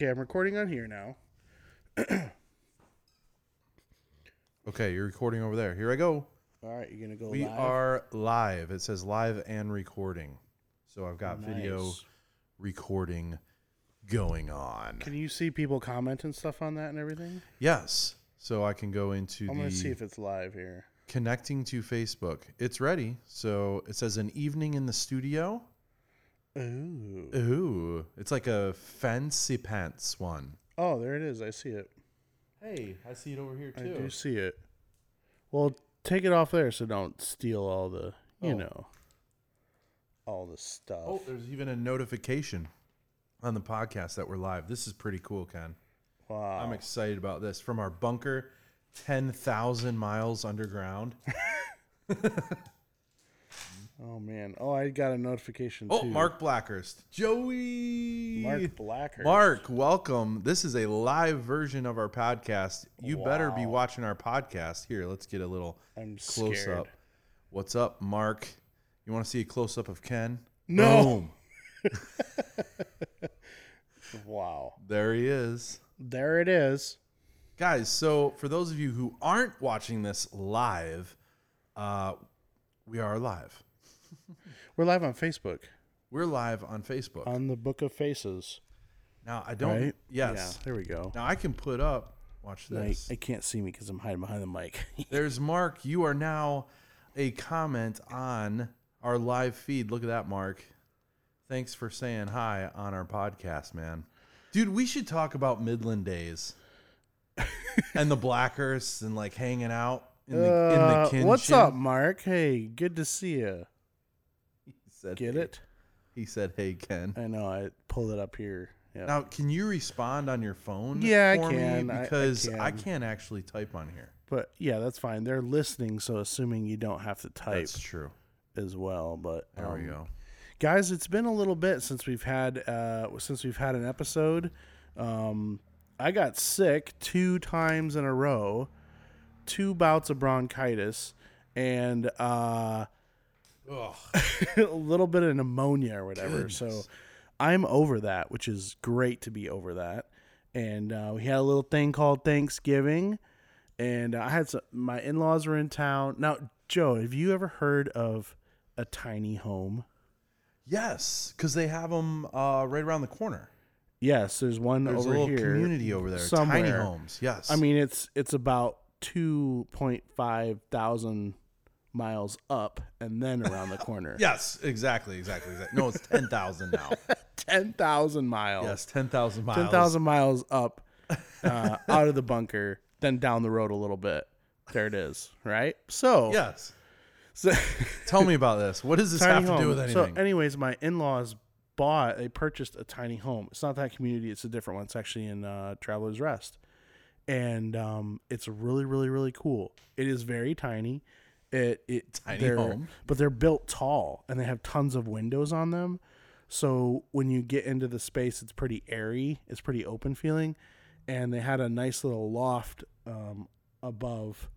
Okay, I'm recording on here now. Okay, you're recording over there. Here I go. All right, you're gonna go We live. are live. It says live and recording. So I've got video Nice. recording going on. Can you see people comment and stuff on that and everything? Yes. So I can go into I'm the gonna see if it's live here. connecting to Facebook. It's ready. So it says an evening in the studio. Ooh. Ooh, it's like a fancy pants one. Oh, there it is. I see it. Hey, I see it over here I do see it. Well, take it off there so don't steal all the, you Oh. know, all the stuff. Oh, there's even a notification on the podcast that we're live. This is pretty cool, Ken. wow. I'm excited about this. From our bunker, 10,000 miles underground. oh man. Oh, I got a notification Oh, too. Mark Blackhurst. Joey. Mark Blacker. Mark, welcome. This is a live version of our podcast. You better be Wow. watching our podcast. Here, let's get a little I'm close scared. up. What's up, Mark? You want to see a close up of Ken? No. Boom. Wow. There he is. There it is. Guys, so for those of you who aren't watching this live, uh, we are live. We're live on Facebook We're live on Facebook. on the Book of Faces. Now I don't. Right? Yes. Yeah, there we go. Now I can put up. Watch I, this. I can't see me because I'm hiding behind the mic. There's Mark. You are now a comment on our live feed. Look at that, Mark. Thanks for saying hi on our podcast, man. Dude, we should talk about Midland days and the Blackhursts and like hanging out in the, Uh, in the what's kinship. up, Mark? Hey, good to see you. He said, Get "Hey." it? Uh, He said, "Hey, Ken." I know. I pulled it up here. Yeah. Now, can you respond on your phone? Yeah, I for me? can. I- I because I can. can't actually type on here. but yeah, that's fine. They're listening, so assuming you don't have to type That's true. as well. But There we um, go. guys, it's been a little bit since we've had uh, since we've had an episode. Um, I got sick two times in a row, two bouts of bronchitis, and uh, a little bit of pneumonia or whatever. So I'm over that, which is great to be over that. And uh, we had a little thing called Thanksgiving, and I had some, my in laws were in town. Now, Joe, have you ever heard of a tiny home? Yes, because they have them uh, right around the corner. Yes, there's one There's over a little here. community over there. Tiny somewhere. homes. Yes. I mean, it's it's about two point five thousand miles up and then around the corner. yes, exactly, exactly, exactly. No, it's ten thousand now. ten thousand miles. yes, ten thousand miles. ten thousand miles up uh, out of the bunker, then down the road a little bit. There it is, right? So, Yes. so Tell me about this. What does this tiny have to home. do with anything? So, anyways, my in-laws bought, they purchased a tiny home. It's not that community; it's a different one. It's actually in uh, Travelers Rest, and um, it's really, really, really cool. It is very tiny. It it Tiny they're- home. but they're built tall and they have tons of windows on them. So when you get into the space, it's pretty airy. It's pretty open feeling, and they had a nice little loft um, above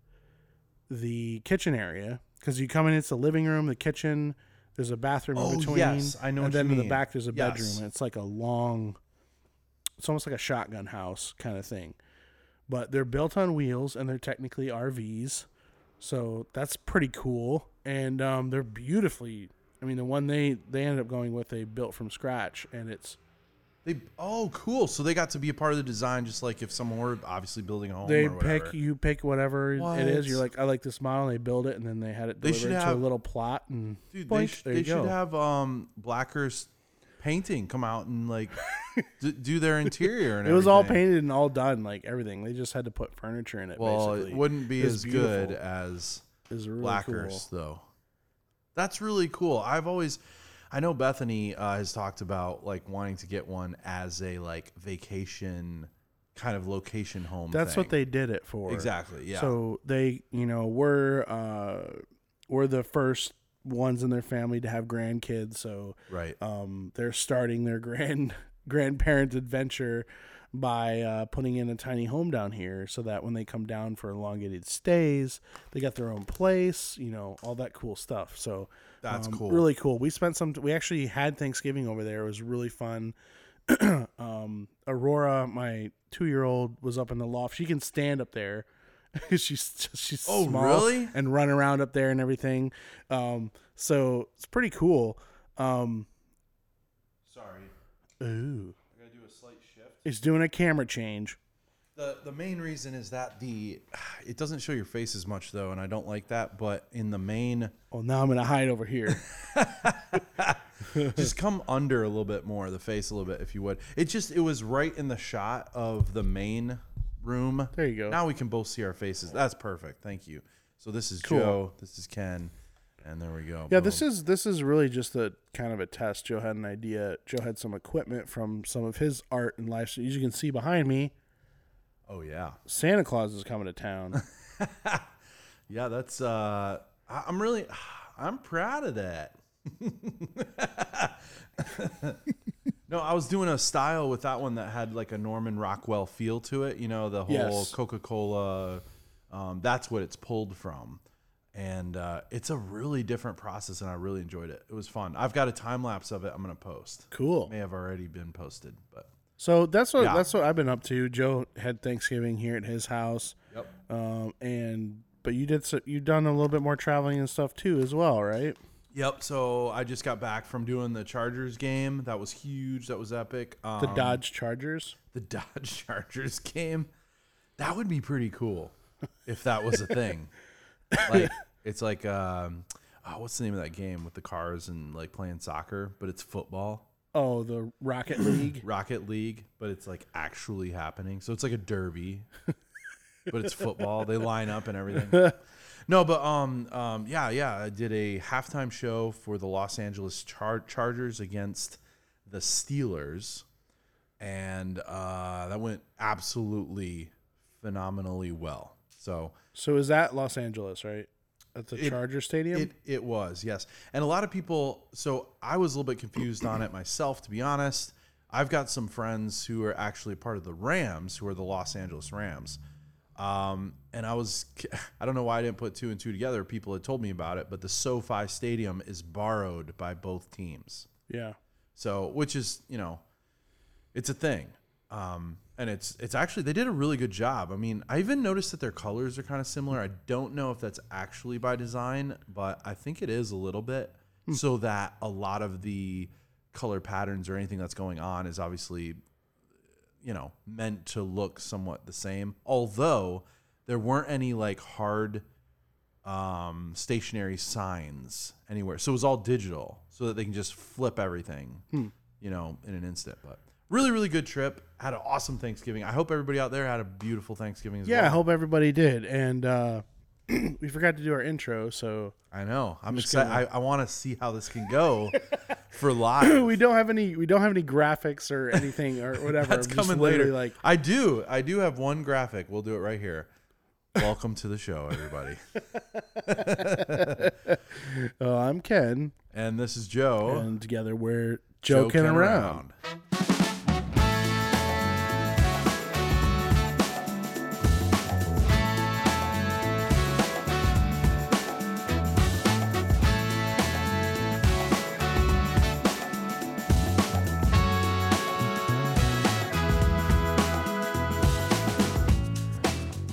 the kitchen area because you come in, it's the living room, the kitchen. There's a bathroom in Oh, between. yes, I And know what then you in the mean. back, there's a Yes. bedroom, and it's like a long. It's almost like a shotgun house kind of thing, but they're built on wheels and they're technically RVs, so that's pretty cool. And um, they're beautifully. I mean, the one they they ended up going with, they built from scratch, and it's they oh cool. So they got to be a part of the design, just like if someone were obviously building a home. they or whatever. pick you pick whatever it is. What? You're like, I like this model. and They build it, and then they had it They should delivered to a have- little plot, and Dude, boink, they, sh- there they you go. should have um Blackhurst painting come out and like d- do their interior and It was all everything. painted and all done, like everything. They just had to put furniture in it. Well, basically. it wouldn't be It was as good beautiful. as It was really Blackhurst though. That's really cool. I've always I know Bethany uh, has talked about like wanting to get one as a like vacation kind of location home. Cool. That's what thing. they did it for. Exactly. Yeah. So they, you know, were uh, were the first ones in their family to have grandkids. So right. um, they're starting their grand grandparent adventure by uh, putting in a tiny home down here, so that when they come down for elongated stays, they got their own place. You know, all that cool stuff. So That's um, cool. Really cool. We spent some. We actually had Thanksgiving over there. It was really fun. um, Aurora, my two year old, was up in the loft. She can stand up there. she's just, she's Oh, small really? and run around up there and everything. Um, so it's pretty cool. Um, Sorry, ooh, I gotta do a slight shift. it's doing a camera change. The the main reason is that the it doesn't show your face as much though, and I don't like that. But in the main, Well, now I'm gonna hide over here. just come under a little bit more the face a little bit if you would. It just it was right in the shot of the main room. There you go. Now we can both see our faces. That's perfect. Thank you. So this is Cool. Joe. This is Ken. And there we go. Yeah, this is this is really just a kind of a test. Joe had an idea. Joe had some equipment from some of his art and life. As you can see behind me, Oh yeah. Santa Claus is coming to town. Yeah, that's uh I, I'm really I'm proud of that. no, I was doing a style with that one that had like a Norman Rockwell feel to it, you know, the whole Yes. Coca-Cola um, that's what it's pulled from. And uh, it's a really different process and I really enjoyed it. It was fun. I've got a time lapse of it I'm going to post. cool. May have already been posted, but So that's what Yeah. that's what I've been up to. Joe had Thanksgiving here at his house, Yep. um, and but you did so, you done a little bit more traveling and stuff too as well, right? Yep. So I just got back from doing the Chargers game. That was huge. That was epic. Um, The Dodge Chargers. the Dodge Chargers game. That would be pretty cool if that was a thing. like it's like um, oh, what's the name of that game with the cars and like playing soccer, but it's football, Oh, the Rocket League. Rocket League, but it's like actually happening. So it's like a derby, but it's football. They line up and everything. No, but um, um, yeah, yeah. I did a halftime show for the Los Angeles Char- Chargers against the Steelers and uh, that went absolutely phenomenally well. So So is that Los Angeles, right? At the It- Charger Stadium. it it was yes, and a lot of people. So I was a little bit confused on it myself, to be honest. I've got some friends who are actually part of the Rams, who are the Los Angeles Rams. Um, and I was, I don't know why I didn't put two and two together. People had told me about it, but the SoFi Stadium is borrowed by both teams. yeah. So, which is, you know, it's a thing. Um, and it's it's actually they did a really good job. I mean, I even noticed that their colors are kind of similar. I don't know if that's actually by design, but I think it is a little bit so that a lot of the color patterns or anything that's going on is obviously you know, meant to look somewhat the same. Although there weren't any like hard um, stationary signs anywhere. So it was all digital so that they can just flip everything, Hmm. you know, in an instant. But really, really good trip. Had an awesome Thanksgiving. I hope everybody out there had a beautiful Thanksgiving as Yeah, I well. hope everybody did. And uh, we forgot to do our intro, so I know. I'm excited. I, I want to see how this can go for live. we don't have any we don't have any graphics or anything or whatever. That's I'm just coming literally later. Like I do. I do have one graphic. We'll do it right here. Welcome to the show, everybody. uh, I'm Ken, and this is Joe. and together we're joking, Joking around.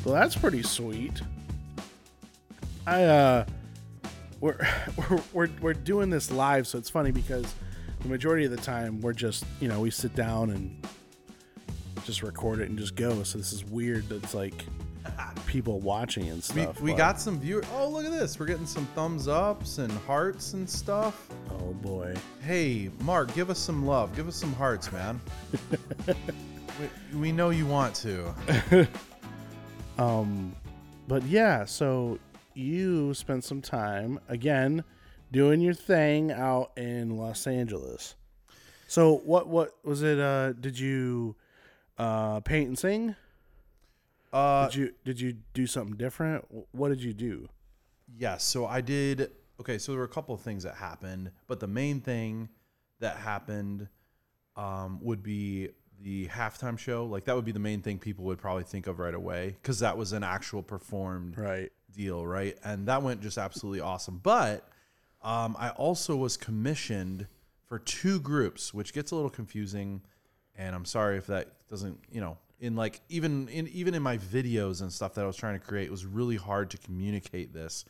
Well, that's pretty sweet. I uh, we're we're we're, we're doing this live, so it's funny because the majority of the time we're just you know we sit down and just record it and just go. So this is weird. That's like people watching and We, stuff. we but- got some viewer. Oh, look at this. We're getting some thumbs ups and hearts and stuff. oh boy. Hey, Mark, give us some love. Give us some hearts, man. we, we know you want to. Um, but yeah, so you spent some time again doing your thing out in Los Angeles. So what what was it? Uh, did you uh, paint and sing? Uh, Did you did you do something different? Wh- What did you do? Yes. So I did. Okay. So there were a couple of things that happened, but the main thing that happened um, would be the halftime show. Like that would be the main thing people would probably think of right away because that was an actual performed Right. deal, right? And that went just absolutely awesome. But um, I also was commissioned for two groups, which gets a little confusing And I'm sorry if that doesn't, you know, in like even in even in my videos and stuff that I was trying to create, it was really hard to communicate this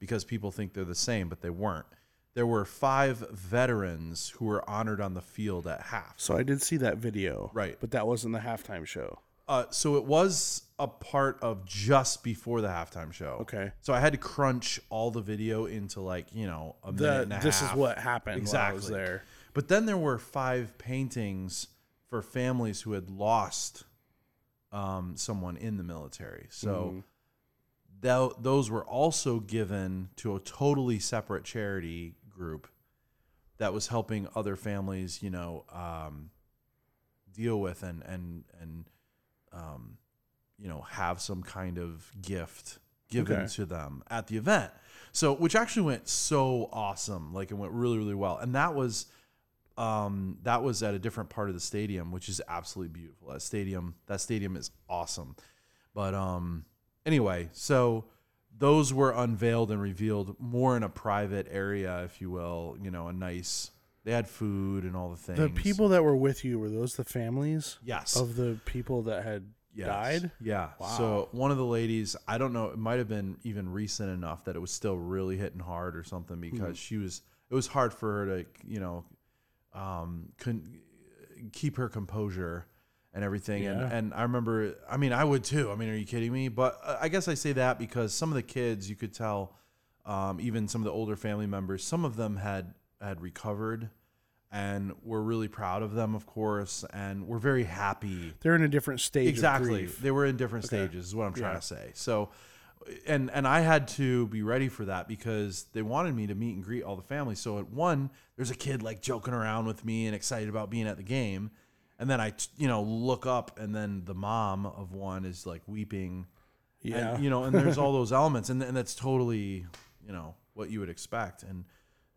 because people think they're the same, but they weren't. There were five veterans who were honored on the field at half. So I did see that video. Right. But that wasn't the halftime show. Uh, so it was a part of just before the halftime show. Okay. So I had to crunch all the video into like you know a minute The, and a this is half. what happened while I was Exactly. there. But then there were five paintings for families who had lost um, someone in the military. Mm-hmm. So tho- those were also given to a totally separate charity group that was helping other families, you know, um, deal with and and and um, you know have some kind of gift given Okay. to them at the event. So which actually went so awesome, like it went really really well, and that was um, that was at a different part of the stadium, which is absolutely beautiful. That stadium, that stadium is awesome. But um, anyway, so those were unveiled and revealed more in a private area, if you will. You know, a nice. They had food and all the things. The people that were with you were those the families yes, of the people that had Yes. died. Yeah. Wow. So one of the ladies, I don't know, it might have been even recent enough that it was still really hitting hard or something Hmm. because she was. It was hard for her to, you know, um, couldn't keep her composure and everything. Yeah. And and I remember, I mean, I would too. I mean, are you kidding me? But uh, I guess I say that because some of the kids, you could tell, um, even some of the older family members, some of them had had recovered. And we're really proud of them, of course, and we're very happy They're in a different stage. Of exactly grief. they were in different stages is what i'm trying Yeah. to say so and and i had to be ready for that because they wanted me to meet and greet all the families so at one there's a kid like joking around with me and excited about being at the game and then i t- you know look up and then the mom of one is like weeping Yeah. and, you know and there's all those elements and, and that's totally you know what you would expect and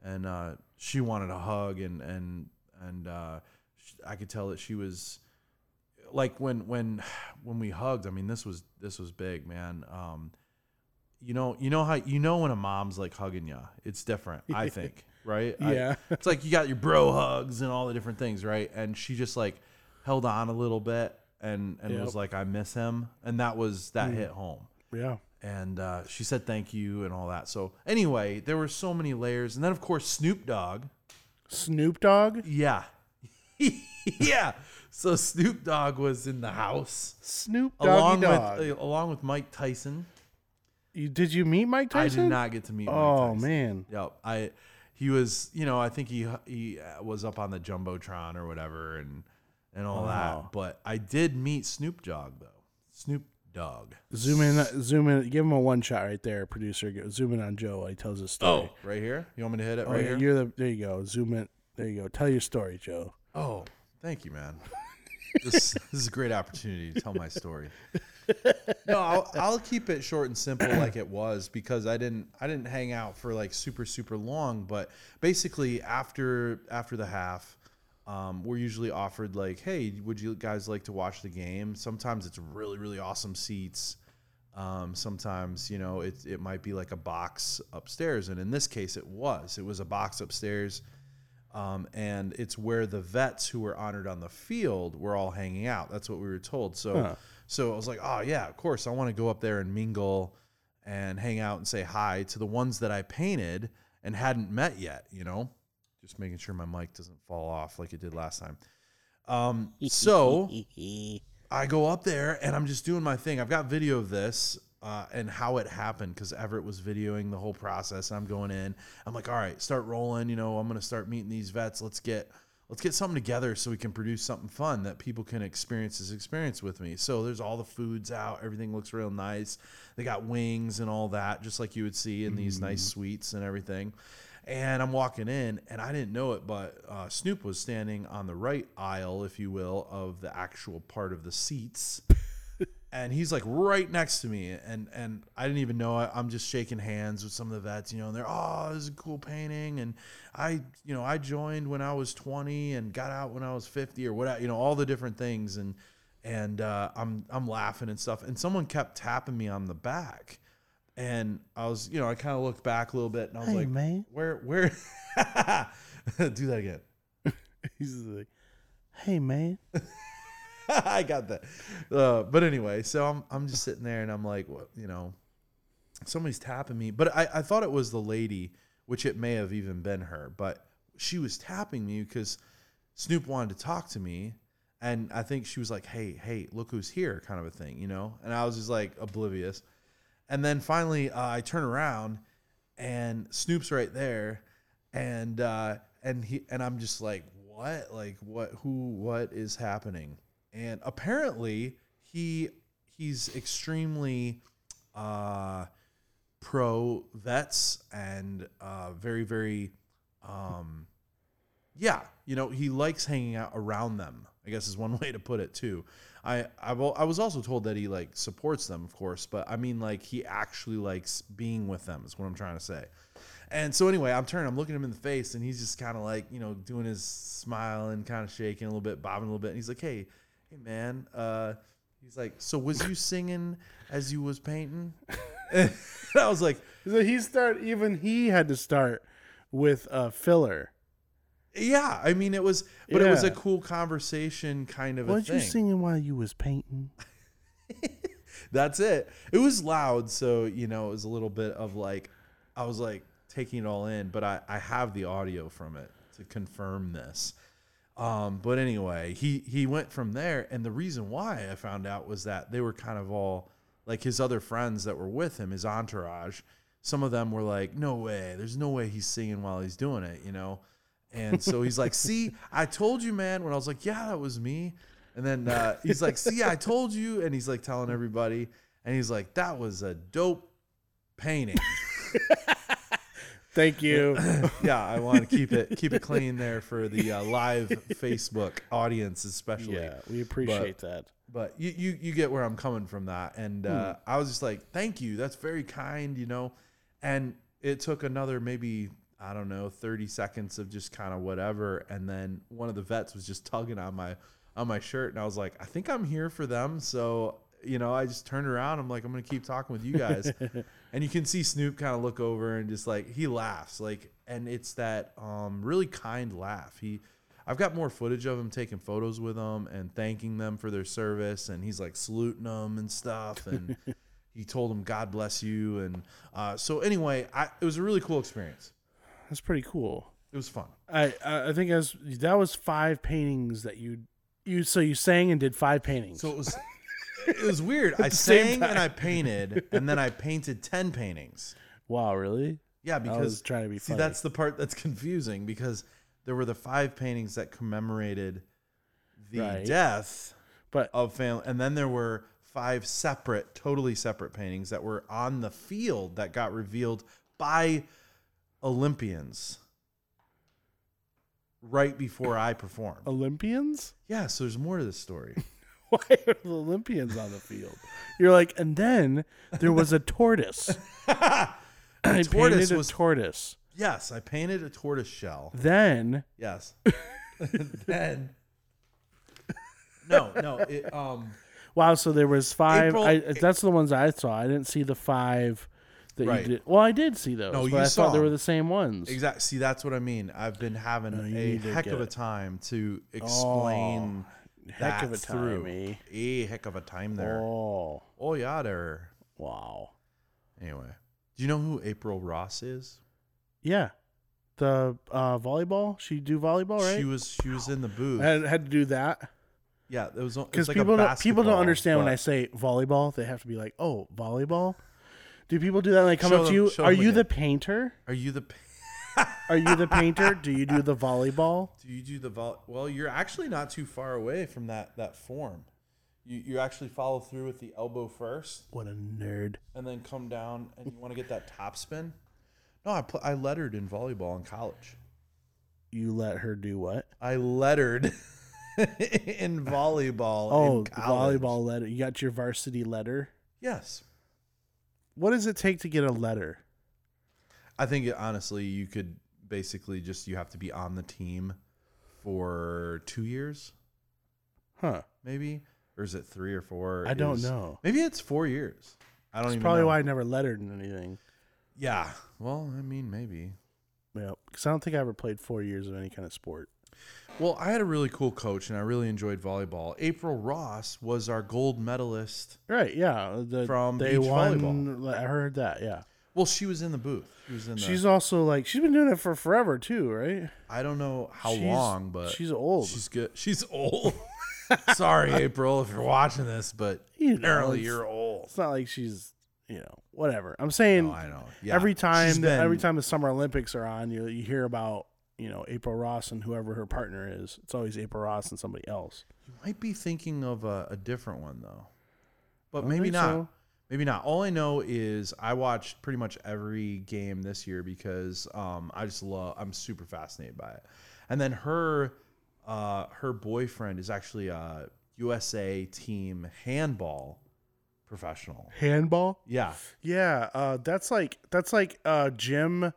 and uh, she wanted a hug and and and uh, sh- i could tell that she was like when when when we hugged i mean this was this was big man um you know you know how you know when a mom's like hugging ya it's different i think right I- Yeah. it's like you got your bro hugs and all the different things right and she just like held on a little bit and and Yep. Mm. was like i miss him and that was that hit home yeah. and uh, she said thank you and all that so anyway there were so many layers and then of course snoop dogg Snoop Dogg. yeah yeah so snoop dogg was in the house Snoop Doggy along Dog. with uh, along with Mike Tyson. you, did you meet Mike Tyson? I did not get to meet. Oh Mike Tyson. man. Yep. I he was you know I think he he uh, was up on the jumbotron or whatever and and all Wow. that. But I did meet Snoop Dogg though. Snoop Dogg. Zoom in. Zoom in. Give him a one shot right there, producer. Go- Zoom in on Joe while he tells his story. right here. You want me to hit it Oh, right here? you're the. There you go. Zoom in. There you go. Tell your story, Joe. Oh, thank you, man. this, this is a great opportunity to tell my story. No, I'll, I'll keep it short and simple, like it was, because I didn't I didn't hang out for like super super long. But basically, after after the half, um, we're usually offered like, hey, would you guys like to watch the game? Sometimes it's really really awesome seats. Um, sometimes you know it it might be like a box upstairs, and in this case, it was it was a box upstairs um, and it's where the vets who were honored on the field were all hanging out. That's what we were told. So, so I was like, oh yeah, of course, I want to go up there and mingle and hang out and say hi to the ones that I painted and hadn't met yet. You know, just making sure my mic doesn't fall off like it did last time. Um, so I go up there and I'm just doing my thing. I've got video of this uh, and how it happened because Everett was videoing the whole process. I'm going in. I'm like, all right, start rolling. You know, I'm gonna start meeting these vets. Let's get let's get something together so we can produce something fun that people can experience this experience with me. So there's all the foods out. Everything looks real nice. They got wings and all that, just like you would see in these nice suites and everything. And I'm walking in, and I didn't know it, but uh, Snoop was standing on the right aisle, if you will, of the actual part of the seats. and he's like right next to me, and and I didn't even know. it. I'm just shaking hands with some of the vets, you know, and they're oh, this is a cool painting, and I, you know, I joined when I was 20 and got out when I was 50 or whatever, you know, all the different things, and and uh, I'm I'm laughing and stuff, and someone kept tapping me on the back. And I was, you know, I kind of looked back a little bit, and I was Hey, like, man. where where do that again. He's like, Hey man, I got that. Uh, but anyway, so I'm I'm just sitting there and I'm like, what you know, somebody's tapping me. But I, I thought it was the lady, which it may have even been her, but she was tapping me because Snoop wanted to talk to me. And I think she was like, hey, hey, look who's here, kind of a thing, you know? And I was just like oblivious. And then finally, uh, I turn around and Snoop's right there, and uh, and he and I'm just like, what? Like what? Who? What is happening? And apparently, he he's extremely uh, pro vets and uh, very very, um, yeah, you know, he likes hanging out around them. I guess is one way to put it too. I I've, al- I was also told that he like supports them, of course, but I mean like he actually likes being with them. Is what I'm trying to say. And so anyway, I'm turning, I'm looking him in the face, and he's just kind of like, you know, doing his smile and kind of shaking a little bit, bobbing a little bit. And he's like, hey, hey man, uh, he's like, so was you singing as you was painting? and I was like, so he start even he had to start with a filler. yeah. I mean, it was, but it was Yeah. a cool conversation kind of a What thing. you singing while you was painting? That's it. It was loud, so you know, it was a little bit of like I was like taking it all in, but I, I have the audio from it to confirm this. Um, but anyway, he he went from there, and the reason why I found out was that they were kind of all like his other friends that were with him, his entourage. Some of them were like, "No way! There's no way he's singing while he's doing it," you know. And so he's like, "See, I told you, man." When I was like, "Yeah, that was me," and then uh, he's like, "See, I told you," and he's like telling everybody, and he's like, "That was a dope painting." Thank you. yeah, I want to keep it keep it clean there for the uh, live Facebook audience, especially. yeah, we appreciate that. But you, you you get where I'm coming from that, and uh, I was just like, thank you, that's very kind, you know. And it took another maybe I don't know 30 seconds of just kind of whatever, and then one of the vets was just tugging on my on my shirt, and I was like, I think I'm here for them, so. You know, I just turned around. I'm like, I'm gonna keep talking with you guys, and you can see Snoop kind of look over and just like he laughs, like, and it's that um really kind laugh. He I've got more footage of him taking photos with them and thanking them for their service, and he's like saluting them and stuff. And he told them, "God bless you." And uh, so, anyway, I, it was a really cool experience. That's pretty cool. It was fun. I I I think as that was five paintings that you you so you sang and did five paintings. So it was, it was weird. I same sang time. and I painted, and then I painted ten paintings. wow, really? Yeah, I because was trying to be see, funny. that's the part that's confusing because there were the five paintings that commemorated the Right. death But of family. And then there were five separate, totally separate paintings that were on the field that got revealed by Olympians right before I Oh. performed. Olympians? Yeah, so there's more to this story. Why are the Olympians on the field? You're like, and then there was a tortoise. I tortoise painted a was- tortoise. yes, I painted a tortoise shell. Then Yes. then. No, no. It, um, wow, so there was five. April- e- I, that's the ones I saw. I didn't see the five that Right. you did. Well, I did see those. No, but you I saw thought they were them. the same ones. Exactly. See, that's what I mean. I've been having you a need to heck get of a it. time to explain heck of that a time, through. eh? A heck of a time there. Oh, Oh, yeah, there. wow. Anyway, do you know who April Ross is? Yeah. The uh, volleyball. She do volleyball, Oh, right? She was she was in the booth. I had to do that yeah, it was because because like people a don't, people don't basketball, understand when but- I say volleyball. They have to be like, "Oh, volleyball." Do people do that? Like, come Show up to them- you. show Are them you again. the painter? Are you the? Are you the painter? Do you do the volleyball? Do you do the vol? Well, you're actually not too far away from that that form. You you actually follow through with the elbow first. What a nerd! and then come down and you want to get that top spin? No, I pl- I lettered in volleyball in college. You let her do what? I lettered in volleyball. Oh, in the college. volleyball letter. You got your varsity letter. Yes, What does it take to get a letter? I think it, honestly you could basically just you have to be on the team for two years, Huh? maybe, or is it three or four? I don't Is- know. Maybe it's four years. I don't That's even probably know. why I never lettered in anything. Yeah. Well, I mean, maybe. Yeah, because I don't think I ever played four years of any kind of sport. Well, I had a really cool coach, and I really enjoyed volleyball. April Ross was our gold medalist. Right? Yeah. uh, The, From day beach one, volleyball. I heard that. Yeah. Well, she was in the booth. She was in the. She's also like she's been doing it for forever too, right? I don't know how She's- long, but she's old. She's good. She's old. Sorry, April, if you're watching this, but You know, apparently it's- you're old. It's not like she's you know whatever. I'm saying No, I know. Yeah. every She's time that, been- every time the Summer Olympics are on, you you hear about you know April Ross and whoever her partner is. It's always April Ross and somebody else. You might be thinking of a, a different one though, but don't maybe think not. so. Maybe not. All I know is I watched pretty much every game this year because um, I just love. I'm super fascinated by it. And then her, uh, her boyfriend is actually a USA team handball professional. Handball. Yeah, Yeah, uh, that's like that's like uh, gym.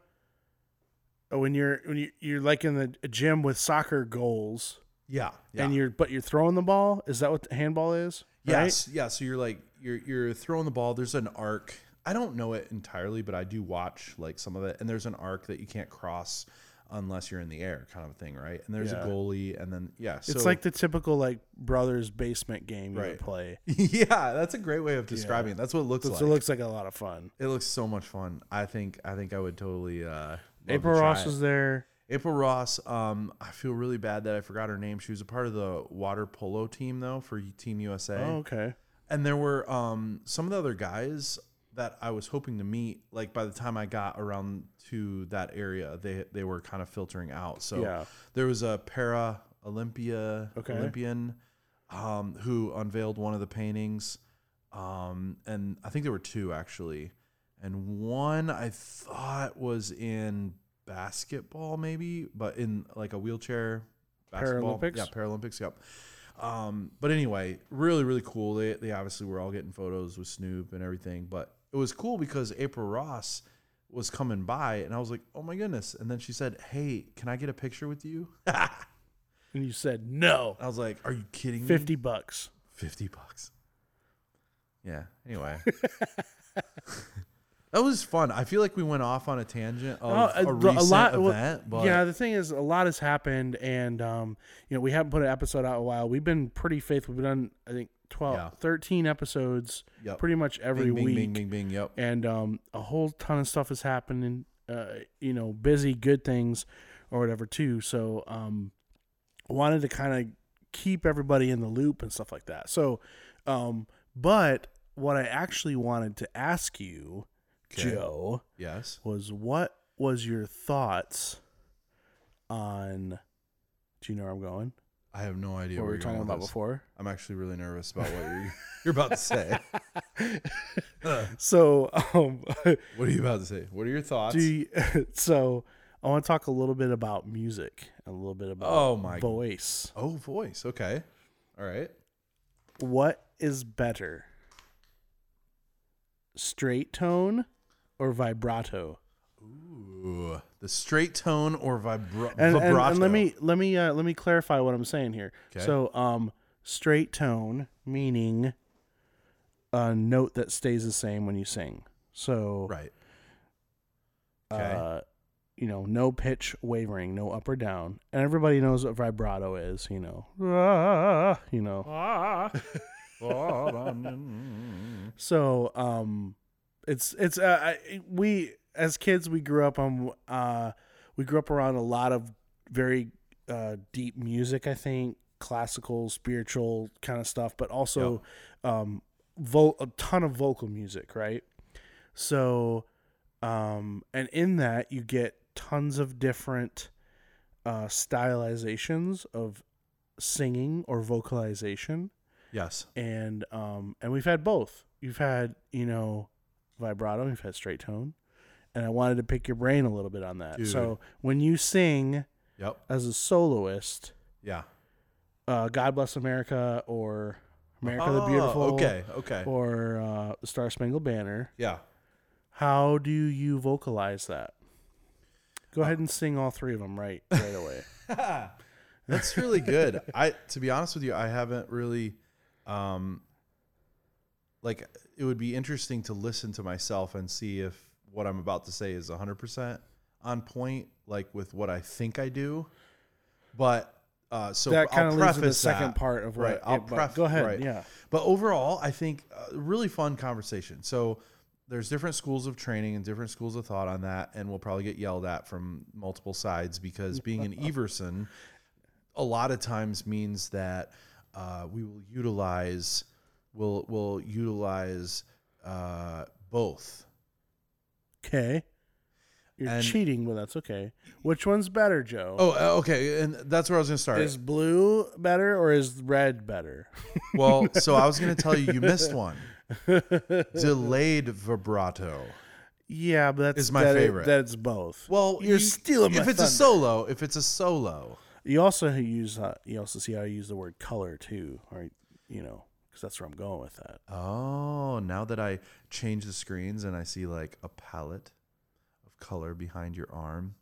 uh, When you're when you, you're like in the gym with soccer goals, yeah, yeah. and you're but you're throwing the ball. Is that what the handball is? Right? Yes, yeah. So you're like you're you're throwing the ball. There's an arc. I don't know it entirely, but I do watch like some of it. And there's an arc that you can't cross unless you're in the air, kind of a thing, right? And there's Yeah. a goalie, and then yeah. So, It's like the typical like brothers basement game you Right. would play. yeah, that's a great way of describing it. That's what it looks So like. it looks like a lot of fun. it looks so much fun. I think I think I would totally. Uh, love to April try Ross it. was there. April Ross. Um, I feel really bad that I forgot her name. She was a part of the water polo team though for Team USA. Oh, okay. and there were um, some of the other guys that I was hoping to meet. Like by the time I got around to that area, they they were kind of filtering out. So Yeah. there was a para Olympia Okay. Olympian um, who unveiled one of the paintings, um, and I think there were two actually, and one I thought was in basketball maybe, but in like a wheelchair basketball. Paralympics? Yeah, Paralympics. Yep. Um, but anyway, really, really cool. They, they obviously were all getting photos with Snoop and everything, but it was cool because April Ross was coming by and I was like, oh my goodness. And then she said, hey, can I get a picture with you? I And you said no. was like, are you kidding me? Fifty bucks. 50 bucks. Yeah. Anyway. that was fun. I feel like we went off on a tangent of Oh, a, the- recent well, event, but yeah, the thing is, a lot has happened, and um, you know, we haven't put an episode out in a while. We've been pretty faithful. We've done, I think, 12, Yeah. 13 episodes, Yep. pretty much every bing, bing, week, bing, bing, bing. Yep. and um, a whole ton of stuff is happening. Uh, you know, busy, good things, or whatever too. So, um, wanted to kind of keep everybody in the loop and stuff like that. So, um, but what I actually wanted to ask you, Okay. Joe Yes. was what was your thoughts on do you know where I'm going? I have no idea what we where were you're talking going with about this. before? I'm actually really nervous about what you're, you're about to say. Uh, So um what are you about to say? What are your thoughts? do you, so I want to talk a little bit about music, a little bit about oh my. voice. oh, voice. Okay. All right. What is better? Straight tone or vibrato? Ooh, the straight tone or vibra- And, and- and vibrato? let me let me uh, let me clarify what I'm saying here. Okay. So, um, straight tone meaning a note that stays the same when you sing. So, Right. Okay. uh, you know, no pitch wavering, no up or down, and everybody knows what vibrato is. You know, Ah, you know. So, um, it's it's uh, I, we as kids we grew up on uh, we grew up around a lot of very uh, deep music. I think classical, spiritual kind of stuff, but also um, vo- a ton of vocal music, right? So, um, and in that you get tons of different uh, stylizations of singing or vocalization yes. and um and we've had both. You've had you know vibrato, you've had straight tone, and I wanted to pick your brain a little bit on that. Dude. So when you sing Yep. as a soloist, Yeah. uh, "God Bless America" or "America the Oh, Beautiful," Okay. Okay. or uh, the "Star Spangled Banner," yeah. how do you vocalize that? Go ahead and sing all three of them right right away. That's really good. I to be honest with you, I haven't really um like it would be interesting to listen to myself and see if what I'm about to say is 100% on point like with what I think I do. But uh, so that kind I'll of leads to the preface second that. part of what. Right, I'll yeah, but pref- go ahead. right. Yeah. But overall, I think a really fun conversation. So there's different schools of training and different schools of thought on that, and we'll probably get yelled at from multiple sides because being an Everson, a lot of times means that uh, we will utilize will will utilize uh, both. Okay. You're And- cheating, but that's okay. Which one's better, Joe? Oh, uh, okay, and that's where I was going to start. Is blue better or is red better? well, so I was going to tell you you missed one. Delayed vibrato. Yeah, but that's Is my that it- favorite. that's both. Well, You're stealing my If it's a thunder. solo, if it's a solo, You also use uh, you also see how I use the word color too, right? You know, because that's where I'm going with that. Oh, now that I change the screens and I see like a palette of color behind your arm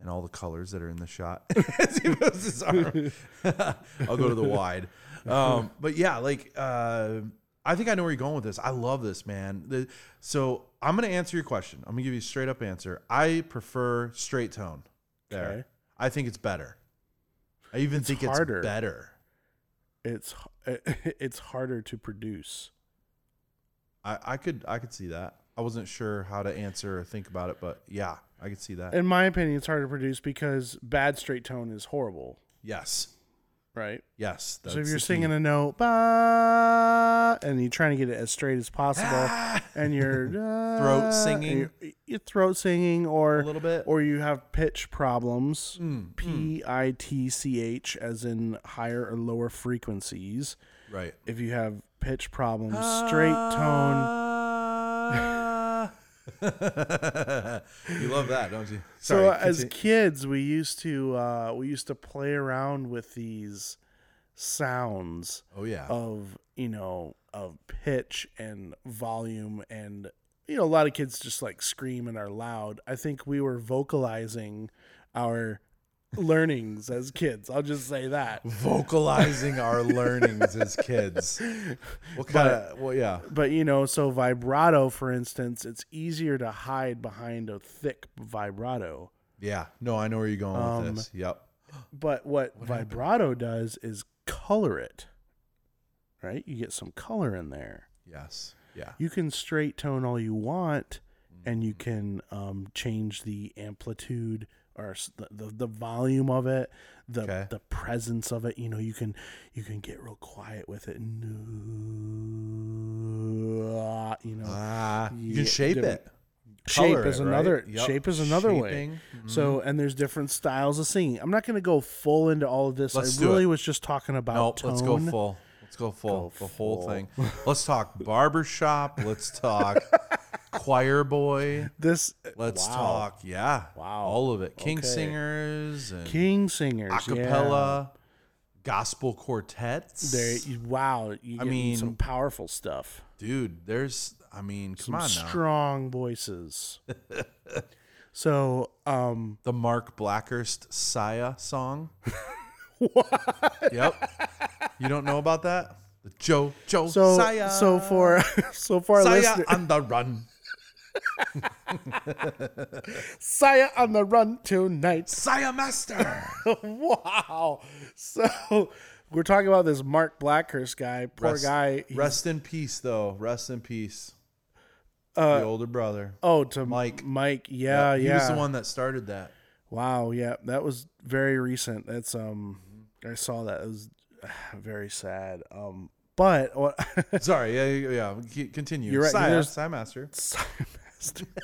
and all the colors that are in the shot as he moves his arm. I'll go to the wide. Um, but yeah, like uh, I think I know where you're going with this. I love this, man. The, so I'm going to answer your question. I'm going to give you a straight up answer. I prefer straight tone there. Okay. I think it's better. I even think harder. it's better. It's h- it's harder to produce. I, I could I could see that. I wasn't sure how to answer or think about it, but yeah, I could see that. In my opinion, it's harder to produce because bad straight tone is horrible, yes. right? Yes. so if that's you're the key. singing a note, ba, and you're trying to get it as straight as possible, Ah! and you're uh, Throat singing. you're, you're throat singing, or a little bit Hmm. or you have pitch problems, P I T C H, as in higher or lower frequencies. right. If you have pitch problems, straight Uh, tone. you love that, don't you? So Sorry, as continue. kids, we used to uh, we used to play around with these sounds oh yeah, of you know of pitch and volume and you know a lot of kids just like scream and are loud i think we were vocalizing our learnings as kids i'll just say that vocalizing our learnings as kids. What kind of? Well, yeah. but you know so vibrato for instance it's easier to hide behind a thick vibrato Yeah. No, I know where you're going Um, with this. Yep. but what, vibrato does is color it right you get some color in there Yes. Yeah. you can straight tone all you want and you can um, change the amplitude or s- the, the, the volume of it the Okay. the presence of it you know you can you can get real quiet with it No, you know Ah, you Yeah, can shape different- it. shape Color is it, right? another Yep. shape is another way Shaping. so and there's different styles of singing i'm not going to go full into all of this Let's i do really it. was just talking about Nope, Oh, let's go tone. full. Let's go full. Go the whole full. thing. Let's talk barbershop. Let's talk choir boy. this Let's wow. talk, yeah. Wow. All of it. King Okay. singers and king singers a yeah. cappella, gospel quartets. There, you- wow! You I mean, mean- some powerful stuff, Dude, there's, I mean, come some on now. strong voices. so, um, The Mark Blackhurst Saya song. Yep. You don't know about that? The Joe, Joe, so Saya. so for so for our Saya listener, on the run. Saya on the run tonight. Saya Master. wow! So we're talking about this Mark Blackhurst guy, poor Rest- guy. he- Rest in peace, though. Rest in peace. the older brother. oh, to Mike. Mike, yeah, he Uh, yeah. was the one that started that. Wow, yeah, that was very recent. That's um, I saw that. It was uh, very sad. Um, but what? Sorry, yeah, yeah. yeah. Keep- Continue. You're right, Saya, there's- Saya Master. Sorry, Master.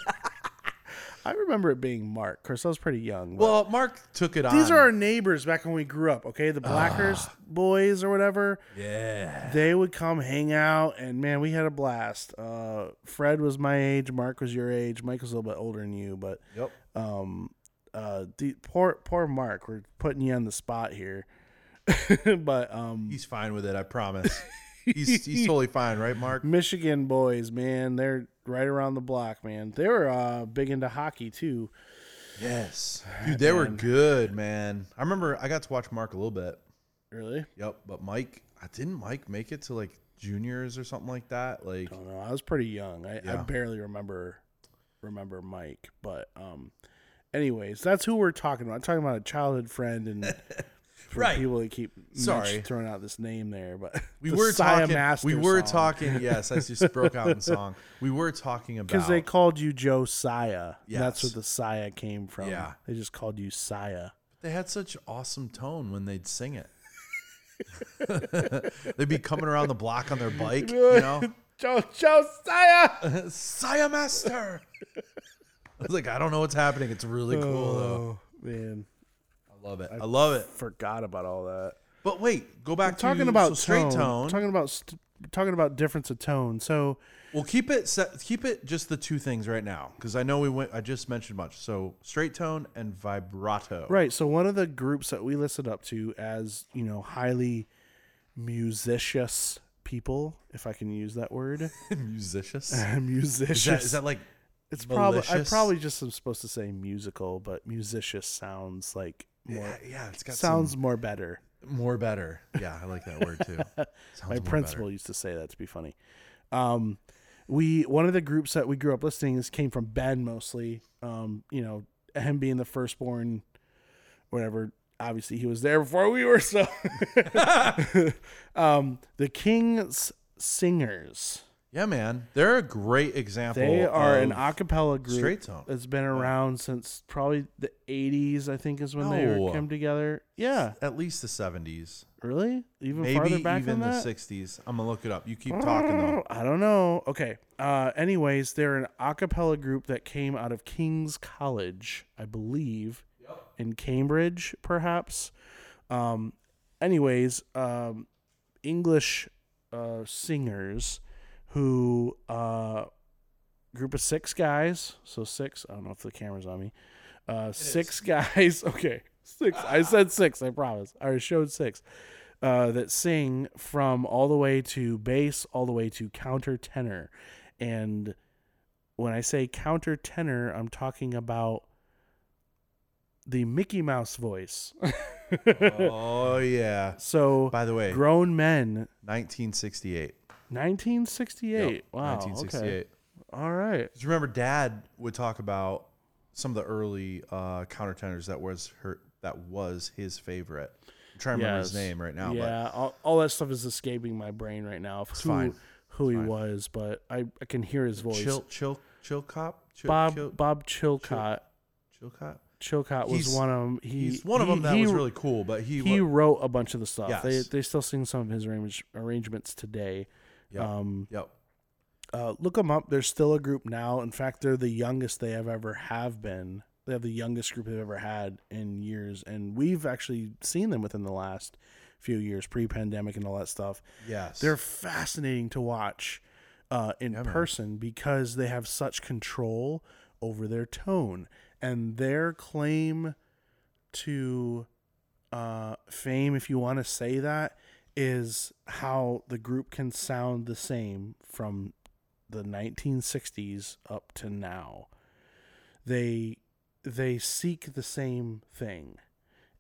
I remember it being Mark. Of course, I was pretty young. but- um, Ah. Well, Mark took it on. these are our neighbors back when we grew up. Okay, the Blackhurst boys or whatever. yeah. They would come hang out, and man, we had a blast. Uh, Fred was my age. Mark was your age. Mike was a little bit older than you, but Yep. um, uh, the, poor poor Mark. We're putting you on the spot here, but um, He's fine with it. I promise. he's he's totally fine, right, Mark? Michigan boys, man, they're right around the block, man. They were uh, big into hockey too. Yes. Dude, they were good, man. I remember I got to watch Mark a little bit. Really? Yep. But Mike, I didn't Mike make it to like juniors or something like that. Like, don't know. I was pretty young. I, I Yeah. barely remember remember Mike, but um, Anyways, that's who we're talking about. I'm talking about a childhood friend and for Right. people that keep Mitch Sorry. throwing out this name there, but We the were Sia talking. Master we were song. talking. Yes, I just broke out in song. We were talking about because they called you Josiah. That's where Yes. the Saya came from. Yeah. they just called you Saya. They had such awesome tone when they'd sing it. They'd be coming around the block on their bike, you know. Jo- Josiah. Saya Master. I was like, I don't know what's happening. It's really cool Oh though. man, I love it. I love it. forgot about all that. But wait, go back to Talking about so straight tone. tone. Talking about st- talking about difference of tone. So Well, keep it set, keep it just the two things right now because I know we went. I just mentioned much. So straight tone and vibrato. Right. So one of the groups that we listed up to as, you know, highly musicious people, if I can use that word. Musicious. musicious. Is that, is that like it's probably I malicious? probably just am supposed to say musical, but musicious sounds like more yeah? yeah it's got sounds more better. some more better. Yeah, I like that word too. Sounds My more principal used to say that to be funny. Um we one of the groups that we grew up listening is came from Ben mostly. Um, you know, him being the firstborn whatever. Obviously, he was there before we were. So, um, the King's Singers. Yeah, man, they're a great example. They are of, an a cappella group Oh, straight tone. that's been around since probably the '80s. I think is when they No. were- came together. Yeah, at least the seventies, really? Even maybe farther back even than the that. sixties. I'm gonna look it up. You keep talking though. I don't know. Okay. Uh, anyways, they're an a cappella group that came out of King's College, I believe, in Cambridge, perhaps. Um, anyways, um, English uh, singers who, uh, group of six guys. So six. I don't know if the camera's on me. Uh, six guys. Okay. Six. I said six. I promise. I showed six uh, that sing from all the way to bass, all the way to counter tenor. And when I say counter tenor, I'm talking about the Mickey Mouse voice. oh yeah. so, By the way, grown men, 1968. 1968. Yep, wow. 1968. Okay. All right. Because remember, Dad would talk about some of the early uh, countertenors that was her that was his favorite. I'm trying to remember his Yes. name right now, Yeah, all, all that stuff is escaping my brain right now. Of who, fine. who he was, but I, I can hear his but voice. Chill Chill Chill Cop Chill, Bob Chill, Bob Chilcott. Chill Cop. Chilcott was He's- one of them. He, He's one of he- them that he- was really cool, but he, he wa- wrote a bunch of the stuff. They Yes. they still sing some of his arrange, arrangements today. Yep. Um, yep. uh, look them up. They're still a group now. In fact, they're the youngest they have ever have been. They have the youngest group they've ever had in years, and we've actually seen them within the last few years, pre-pandemic and all that stuff. Yes. They're fascinating to watch uh, in Yeah, man. person because they have such control over their tone and their claim to uh, fame, if you want to say that, is how the group can sound the same from the 1960s up to now. They they seek the same thing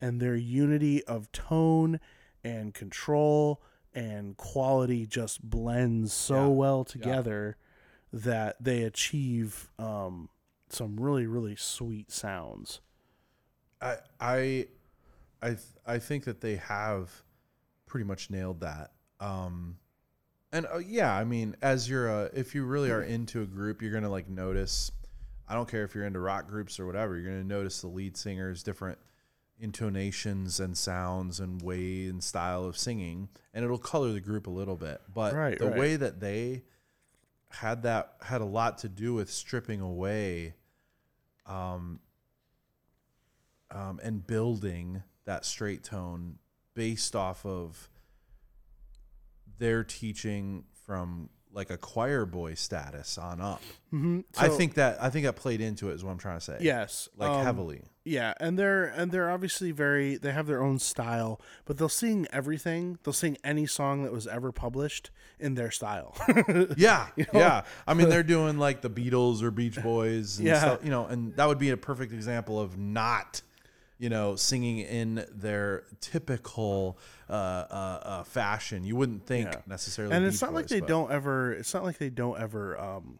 and their unity of tone and control and quality just blends so Yeah. well together that they achieve um, some really really sweet sounds. I I I th- I think that they have pretty much nailed that. Um and uh, yeah, I mean, as you're a, if you really are into a group, you're going to like notice I don't care if you're into rock groups or whatever, you're going to notice the lead singer's different intonations and sounds and way and style of singing and it'll color the group a little bit. But Right, the right. way that they had that had a lot to do with stripping away um, um, and building that straight tone based off of their teaching from like a choir boy status on up. Mm-hmm. I think that I think that played into it is what I'm trying to say. yes, like um, heavily. Yeah, and they're and they're obviously very they have their own style, but they'll sing everything. They'll sing any song that was ever published in their style. Yeah, yeah. I mean, they're doing like the Beatles or Beach Boys, and Yeah. stuff, you know, and that would be a perfect example of not, you know, singing in their typical uh, uh, uh, fashion. You wouldn't think Yeah. necessarily, and it's Beach not like Boys, they but- don't ever it's not like they don't ever um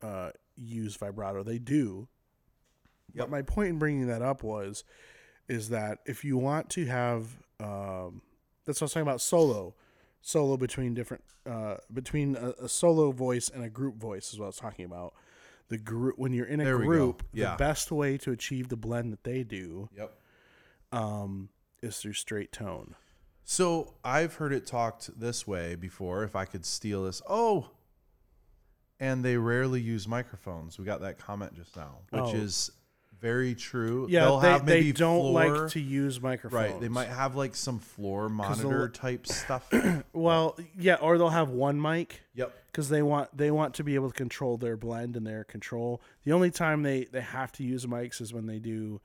uh use vibrato. They do. Yep. But my point in bringing that up was, is that if you want to have, um, that's what I was talking about solo, solo between different, uh, between a, a solo voice and a group voice is what I was talking about. The group when you're in a There we go. group, Yeah. the best way to achieve the blend that they do Yep. um, is through straight tone. So I've heard it talked this way before. If I could steal this, oh, and they rarely use microphones. We got that comment just now, which Oh. is very true. Yeah, They'll they, have they maybe don't floor- like to use microphones. Right, they might have like some floor they'll- monitor type stuff. Well, yeah, or they'll have one mic. yep. because they want they want to be able to control their blend and their control. The only time they they have to use mics is when they do.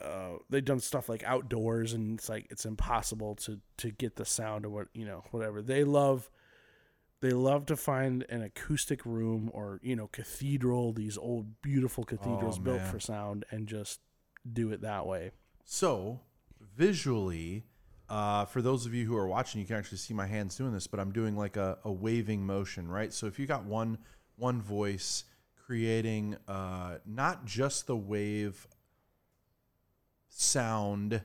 Uh, they've done stuff like outdoors, and it's like it's impossible to to get the sound or what you know whatever they love. They love to find an acoustic room or you know cathedral, these old beautiful cathedrals built man. for sound, and just do it that way. So, visually, uh, for those of you who are watching, you can actually see my hands doing this, but I'm doing like a, a waving motion, right? So if you got one one voice creating uh, not just the wave sound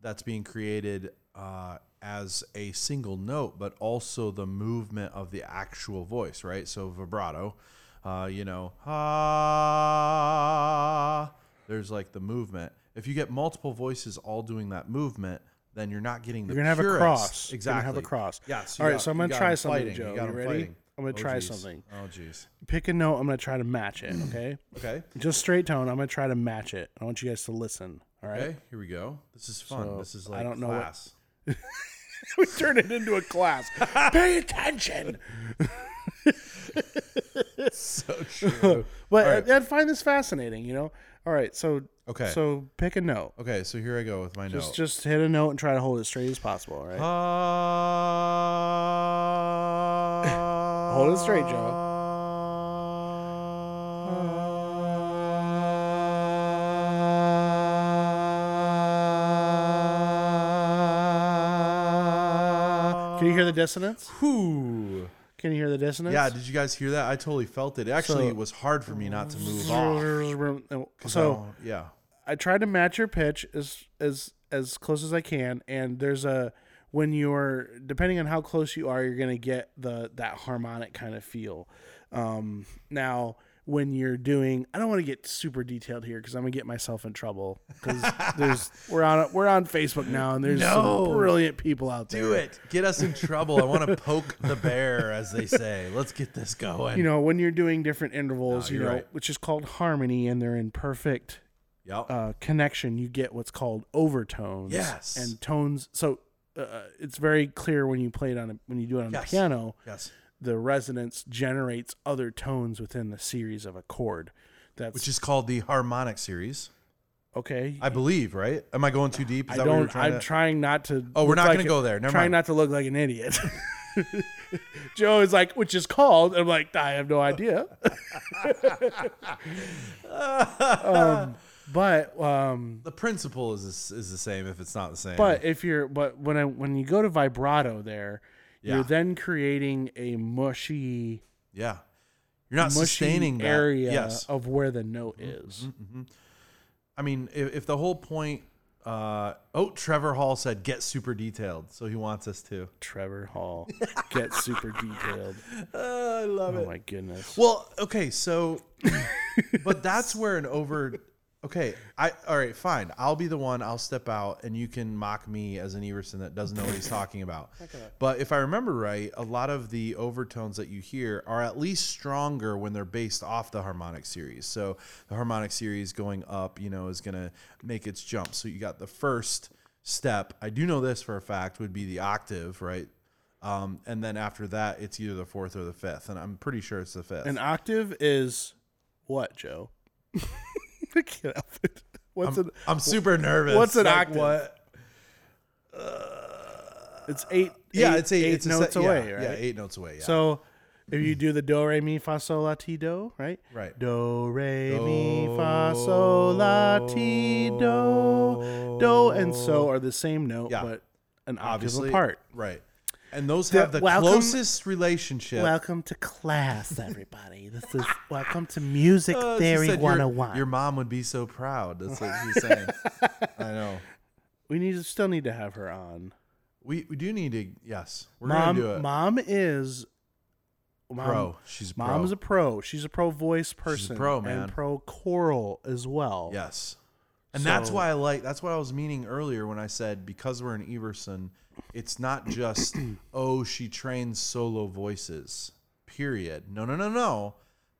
that's being created uh, as a single note, but also the movement of the actual voice, right? So vibrato, uh, you know, ah, there's like the movement. If you get multiple voices all doing that movement, then you're not getting the You're gonna have a purest- cross. You're Exactly. gonna have a cross. Yeah. All you right, so I'm you gonna 'em try something, fighting. Joe. 'em You ready? I'm gonna Oh, try jeez. something. Oh, jeez. Pick a note. I'm gonna try to match it. Okay. Okay. just straight tone. I'm gonna try to match it. I want you guys to listen. All right. Okay. Here we go. This is fun. So, this is I like don't know what- class. we turn it into a class. Pay attention. so true. But All right. I'd find this fascinating. You know. All right. So Okay. So pick a note. okay. So here I go with my Just note. just hit a note and try to hold it straight as possible. All right. Ah. Hold it straight, Joe. Ah. Can you hear the dissonance? Ah, Whew. Can you hear the dissonance? Yeah, did you guys hear that? I totally felt it. Actually, So- it was hard for me not to move off. So Oh, yeah. I tried to match your pitch as as as close as I can, and there's a when you're depending on how close you are, you're gonna get the that harmonic kind of feel. Um, now when you're doing, I don't want to get super detailed here because I'm gonna get myself in trouble because there's we're on we're on Facebook now and there's No. some brilliant people out there. Do it. Get us in trouble. I want to poke the bear, as they say. Let's get this going. You know when you're doing different intervals, you you're know right. which is called harmony, and they're in perfect yep. uh, connection, you get what's called overtones. Yes. and tones. So uh, it's very clear when you play it on a, when you do it on Yes. a piano, yes. the resonance generates other tones within the series of a chord. That's Which is called the harmonic series, okay. I believe. Right? Am I going too deep? Is I that what you were don't. trying I'm to- trying not to. Oh, we're look not like gonna a- go there. Never trying mind. not to look like an idiot. Joe is like, which is called. I'm like, I have no idea. um, but um, the principle is is is the same. If it's not the same, But if you're but when I when you go to vibrato there, Yeah. you're then creating a mushy yeah, you're not sustaining mushy that. area Yes. Mm-hmm, of where the note is. I mean, if, if the whole point. Uh, oh, Trevor Hall said get super detailed, so he wants us to. Trevor Hall. Get super detailed. I love Oh my goodness. Well, okay, so but that's where an over okay, I all right, fine. I'll be the one, I'll step out and you can mock me as an Everson that doesn't know what he's talking about. But if I remember right, a lot of the overtones that you hear are at least stronger when they're based off the harmonic series. So the harmonic series going up, you know, is going to make its jump. So you got the first step. I do know this for a fact would be the octave, right? Um, and then after that, it's either the fourth or the fifth, and I'm pretty sure it's the fifth. An octave is what, Joe? I can't help it. What's an I'm super nervous. what's an Like, octave? What? it's eight Yeah, eight- it's eight, eight it's a notes se- yeah, away, right? Yeah, eight notes away. Yeah. So if you do the do re mi fa sol la ti do, right? Right. Do re mi fa sol la ti do. Do and so are the same note, Yeah. but an octave obviously apart. Right. And those have the Welcome- closest relationship. Welcome to class, everybody. This is welcome to music Uh, she theory said your- 101. Your, mom would be so proud. That's what she's saying. I know. we need to still need to have her on. We we do need to. Yes, we're mom, gonna do it. mom is mom, pro. She's pro. Mom's a pro. She's a pro voice person. pro, man. And pro choral as well. yes, and that's So- why I like. That's what I was meaning earlier when I said because we're in Everson, it's not just oh she trains solo voices. Period. No, no, no, no.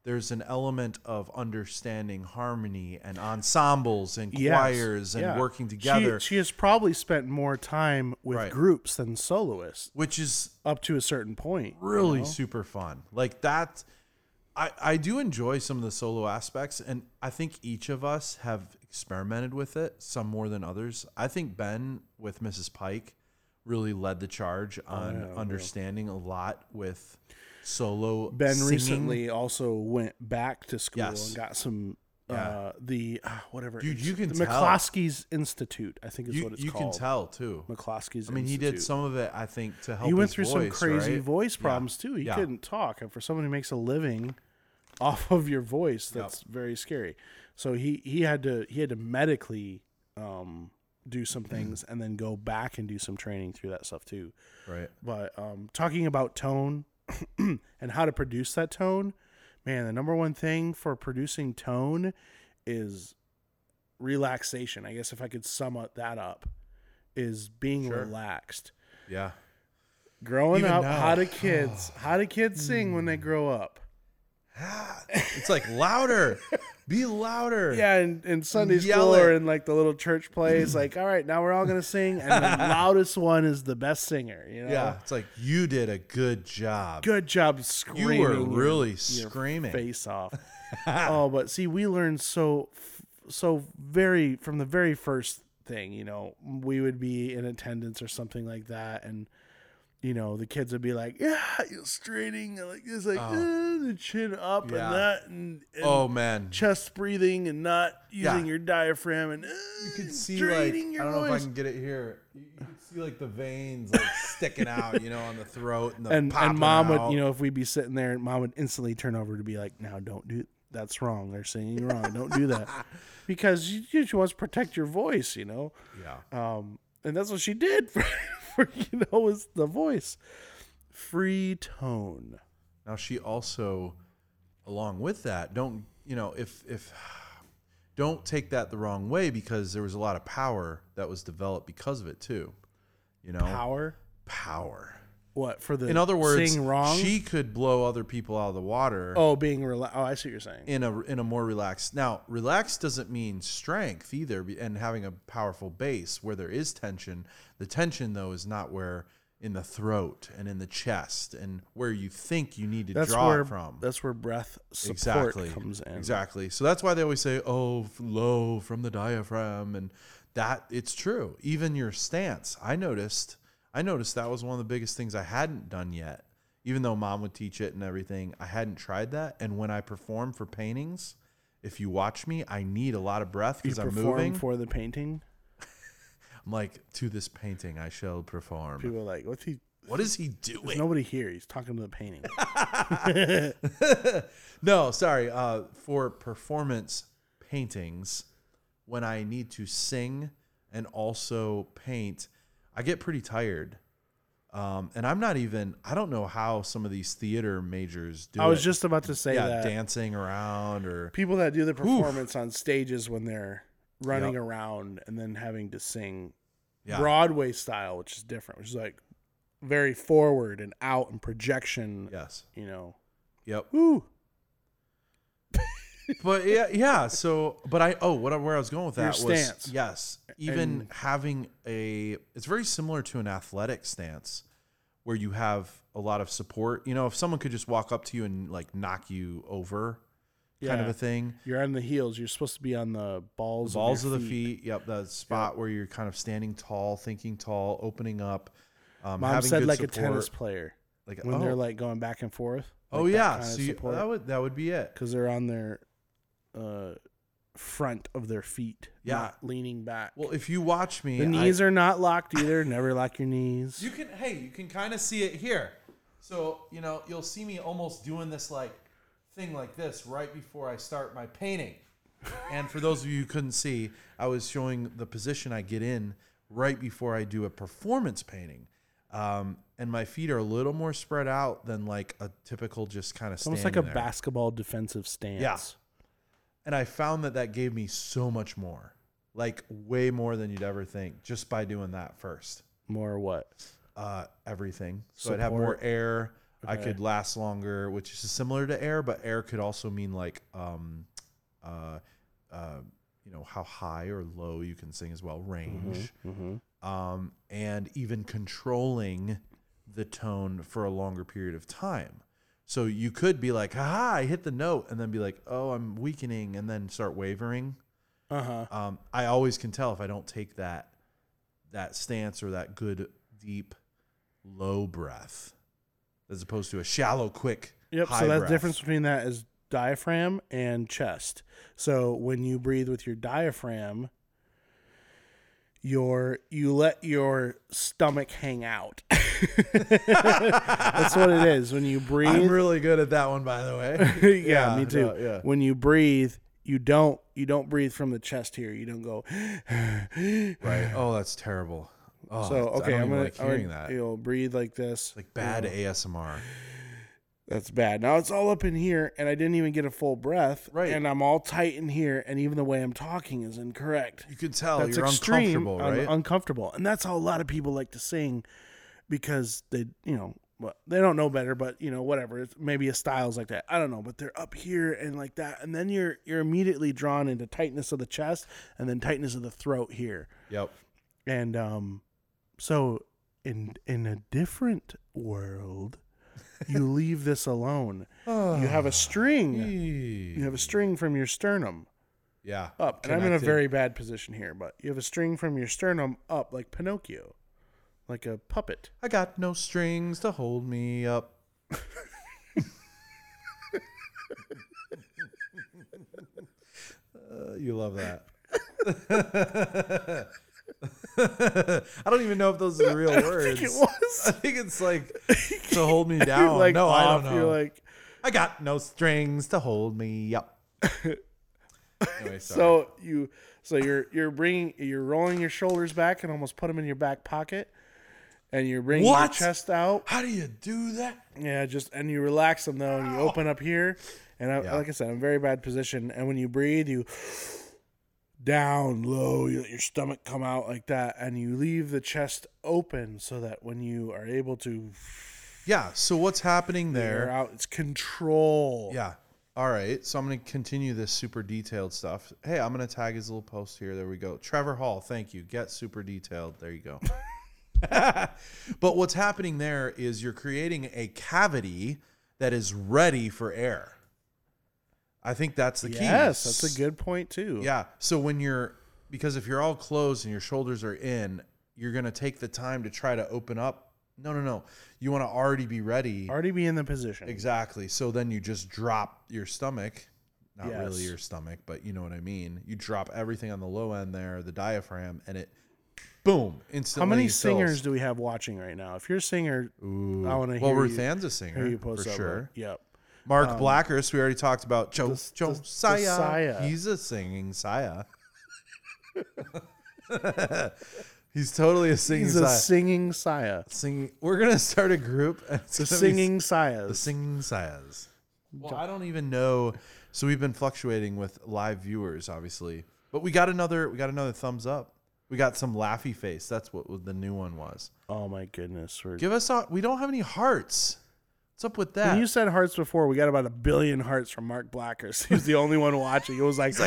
There's an element of understanding harmony and ensembles and Yes. choirs and Yeah. working She- together, She, has probably spent more time with Right. groups than soloists which is up to a certain point. you really know? super fun. Like that, I I do enjoy some of the solo aspects, and I think each of us have experimented with it, some more than others. I think Ben with Mrs. Pike really led the charge Oh, on understanding a lot with solo. Ben singing. recently also went back to school Yes. and got some Yeah. uh, the uh, whatever Dude, you can the tell. McCloskey's Institute, I think is you, what it's you can called. tell too. McCloskey's I mean, he Institute. did some of it, I think, to help. he went his through some voice, crazy right? voice Yeah. problems too. He Yeah. couldn't talk, and for someone who makes a living off of your voice, that's very scary. So he he had to he had to medically um, do some things, and then go back and do some training through that stuff too. Right. But um, talking about tone and how to produce that tone, man, the number one thing for producing tone is relaxation. I guess if I could sum up that up, is being Sure. relaxed Yeah. growing Even up now. how do kids how do kids sing when they grow up It's like louder. Be louder. yeah in, in sunday Yell school or it. in like the little church plays like all right now we're all gonna sing and the loudest one is the best singer you know Yeah. It's like you did a good job. good job screaming You were your- really your screaming. face off oh but see we learned so so very from the very first thing you know we would be in attendance or something like that and you know the kids would be like yeah you're straining and like it's like "Ah," the chin up Oh. Yeah. and that and, and Oh man, chest breathing and not using Yeah. your diaphragm and uh, you can could see like I don't know if I can get it here. You you could see like the veins like sticking out, you know, on the throat and the and popping and mom out. would you know if we'd be sitting there and mom would instantly turn over to be like now don't do that's wrong they're singing wrong don't do that because she, she wants to protect your voice you know Yeah. um and that's what she did for, for you know was the voice free tone Now she also, along with that, don't you know if if don't take that the wrong way because there was a lot of power that was developed because of it too. You know, power power. what for the In other words, sing wrong she could blow other people out of the water. oh being rela- oh i see what you're saying in a in a more relaxed. Now, relaxed doesn't mean strength either, be- and having a powerful base where there is tension. The tension though is not where in the throat and in the chest and where you think you need to that's draw where it from. that's where breath support Exactly comes in Exactly. So that's why they always say, "Oh, f- low from the diaphragm," and that it's true. Even your stance, I noticed. I noticed that was one of the biggest things I hadn't done yet. Even though mom would teach it and everything, I hadn't tried that. And when I perform for paintings, if you watch me, I need a lot of breath you because I'm perform moving. for the painting I'm like, to this painting, I shall perform. people are like what's he What is he There's doing? nobody here. He's talking to the painting. no, sorry. Uh, for performance paintings, when I need to sing and also paint, I get pretty tired. Um, and I'm not even. I don't know how some of these theater majors do. I was it. just about to say yeah, that dancing around or people that do the performance on stages when they're running around and then having to sing yeah, Broadway style, which is different, which is like very forward and out and projection. yes, You know, yep. woo. but yeah, yeah. So, but I oh, what I- where I was going with Your that stance. was yes, even And- having a it's very similar to an athletic stance where you have a lot of support. You know, if someone could just walk up to you and like knock you over, kind of Yeah. a thing. You're on the heels. You're supposed to be on the balls. Balls your of the feet. Yep, that spot where you're kind of standing tall, thinking tall, opening up. Um, Mom having said good like support. a tennis player Like when oh, they're like going back and forth. oh like that yeah, kind of so you, support. that would that would be it. because they're on their uh, front of their feet, Yeah. not leaning back. Well, if you watch me, the I- knees are not locked either. Never lock your knees. You can hey, you can kind of see it here. So, you know, you'll see me almost doing this like thing like this right before I start my painting. And for those of you who couldn't see, I was showing the position I get in right before I do a performance painting. Um, and my feet are a little more spread out than like a typical just kind of Almost like a basketball defensive stance. Yeah. and I found that that gave me so much more, like way more than you'd ever think, just by doing that first. More what? uh, everything. So I'd have more Support. air. I could last longer, which is similar to air, but air could also mean like, um, uh, uh, you know, how high or low you can sing as well, range, Mm-hmm. Um, and even controlling the tone for a longer period of time. So you could be like, "Ha, I hit the note," and then be like, "Oh, I'm weakening," and then start wavering Uh huh. um, I always can tell if I don't take that that stance or that good deep low breath as opposed to a shallow quick Yep. high so that's breath. the difference between that is diaphragm and chest. So when you breathe with your diaphragm, your you let your stomach hang out. that's what it is. When you breathe, I'm really good at that one by the way yeah, me too. no, yeah When you breathe, you don't you don't breathe from the chest here. You don't go. right oh that's terrible oh so that's- okay, I I'm don't even gonna like hearing I'm gonna, that You know, breathe like this. like bad ASMR That's bad. Now it's all up in here, and I didn't even get a full breath. Right. And I'm all tight in here, and even the way I'm talking is incorrect. you can tell That's Oh, you're extreme. uncomfortable un- right uncomfortable, and that's how a lot of people like to sing, because they, you know, well, they don't know better, but you know, whatever. It's maybe a style's like that. I don't know, but they're up here and like that, and then you're you're immediately drawn into tightness of the chest, and then tightness of the throat here, yep and um, so in in a different world, you leave this alone. You have Ah, a string. You have a string from your sternum yeah up. And I'm in a Connected. very bad position here, but you have a string from your sternum up like Pinocchio, like a puppet. I got no strings to hold me up Uh, you love that. I don't even know if those are the real words. It was. I think it's like to hold me down. like, no, I don't off, know. You're like, I got no strings to hold me up. Anyway, sorry. so you, so you're, you're bringing, you're rolling your shoulders back and almost put them in your back pocket. And you're bringing your What? chest out. how do you do that? Yeah, just, and you relax them though, and you open up here. And I, Yeah. like I said, I'm in a very bad position. And when you breathe, you down low, you let your stomach come out like that, and you leave the chest open so that when you are able to Yeah. So what's happening there? They're out. It's control. Yeah. All right. So I'm going to continue this super detailed stuff. Hey, I'm going to tag his little post here. There we go. Trevor Hall, thank you. Get super detailed. There you go. but what's happening there is you're creating a cavity that is ready for air. I think that's the key. Yes, that's a good point too. Yeah. So when you're because if you're all closed and your shoulders are in, you're going to take the time to try to open up. No, no, no. You want to already be ready. Already be in the position. Exactly. So then you just drop your stomach, not really Yes. your stomach, but you know what I mean. You drop everything on the low end there, the diaphragm, and it, boom, instantly. How many fills. singers do we have watching right now? If you're a singer, I want to Well, hear you. Ruthan's a hear singer you for post that sure. one. Yep. Mark Blackhurst, we already talked about jo- the- Josiah. Josiah. He's a singing Saya. He's totally a singing He's Saya. a singing Saya. singing. We're gonna start a group. and it's The gonna be singing Sayas. The singing says. Well, I don't even know. So we've been fluctuating with live viewers, obviously. But we got another. We got another thumbs up. We got some laughy face. That's what the new one was. oh my goodness. We're, Give us. A, we don't have any hearts. What's up with that? when you said hearts before, we got about a billion hearts from Mark Blackers. He was the only one watching. It was like,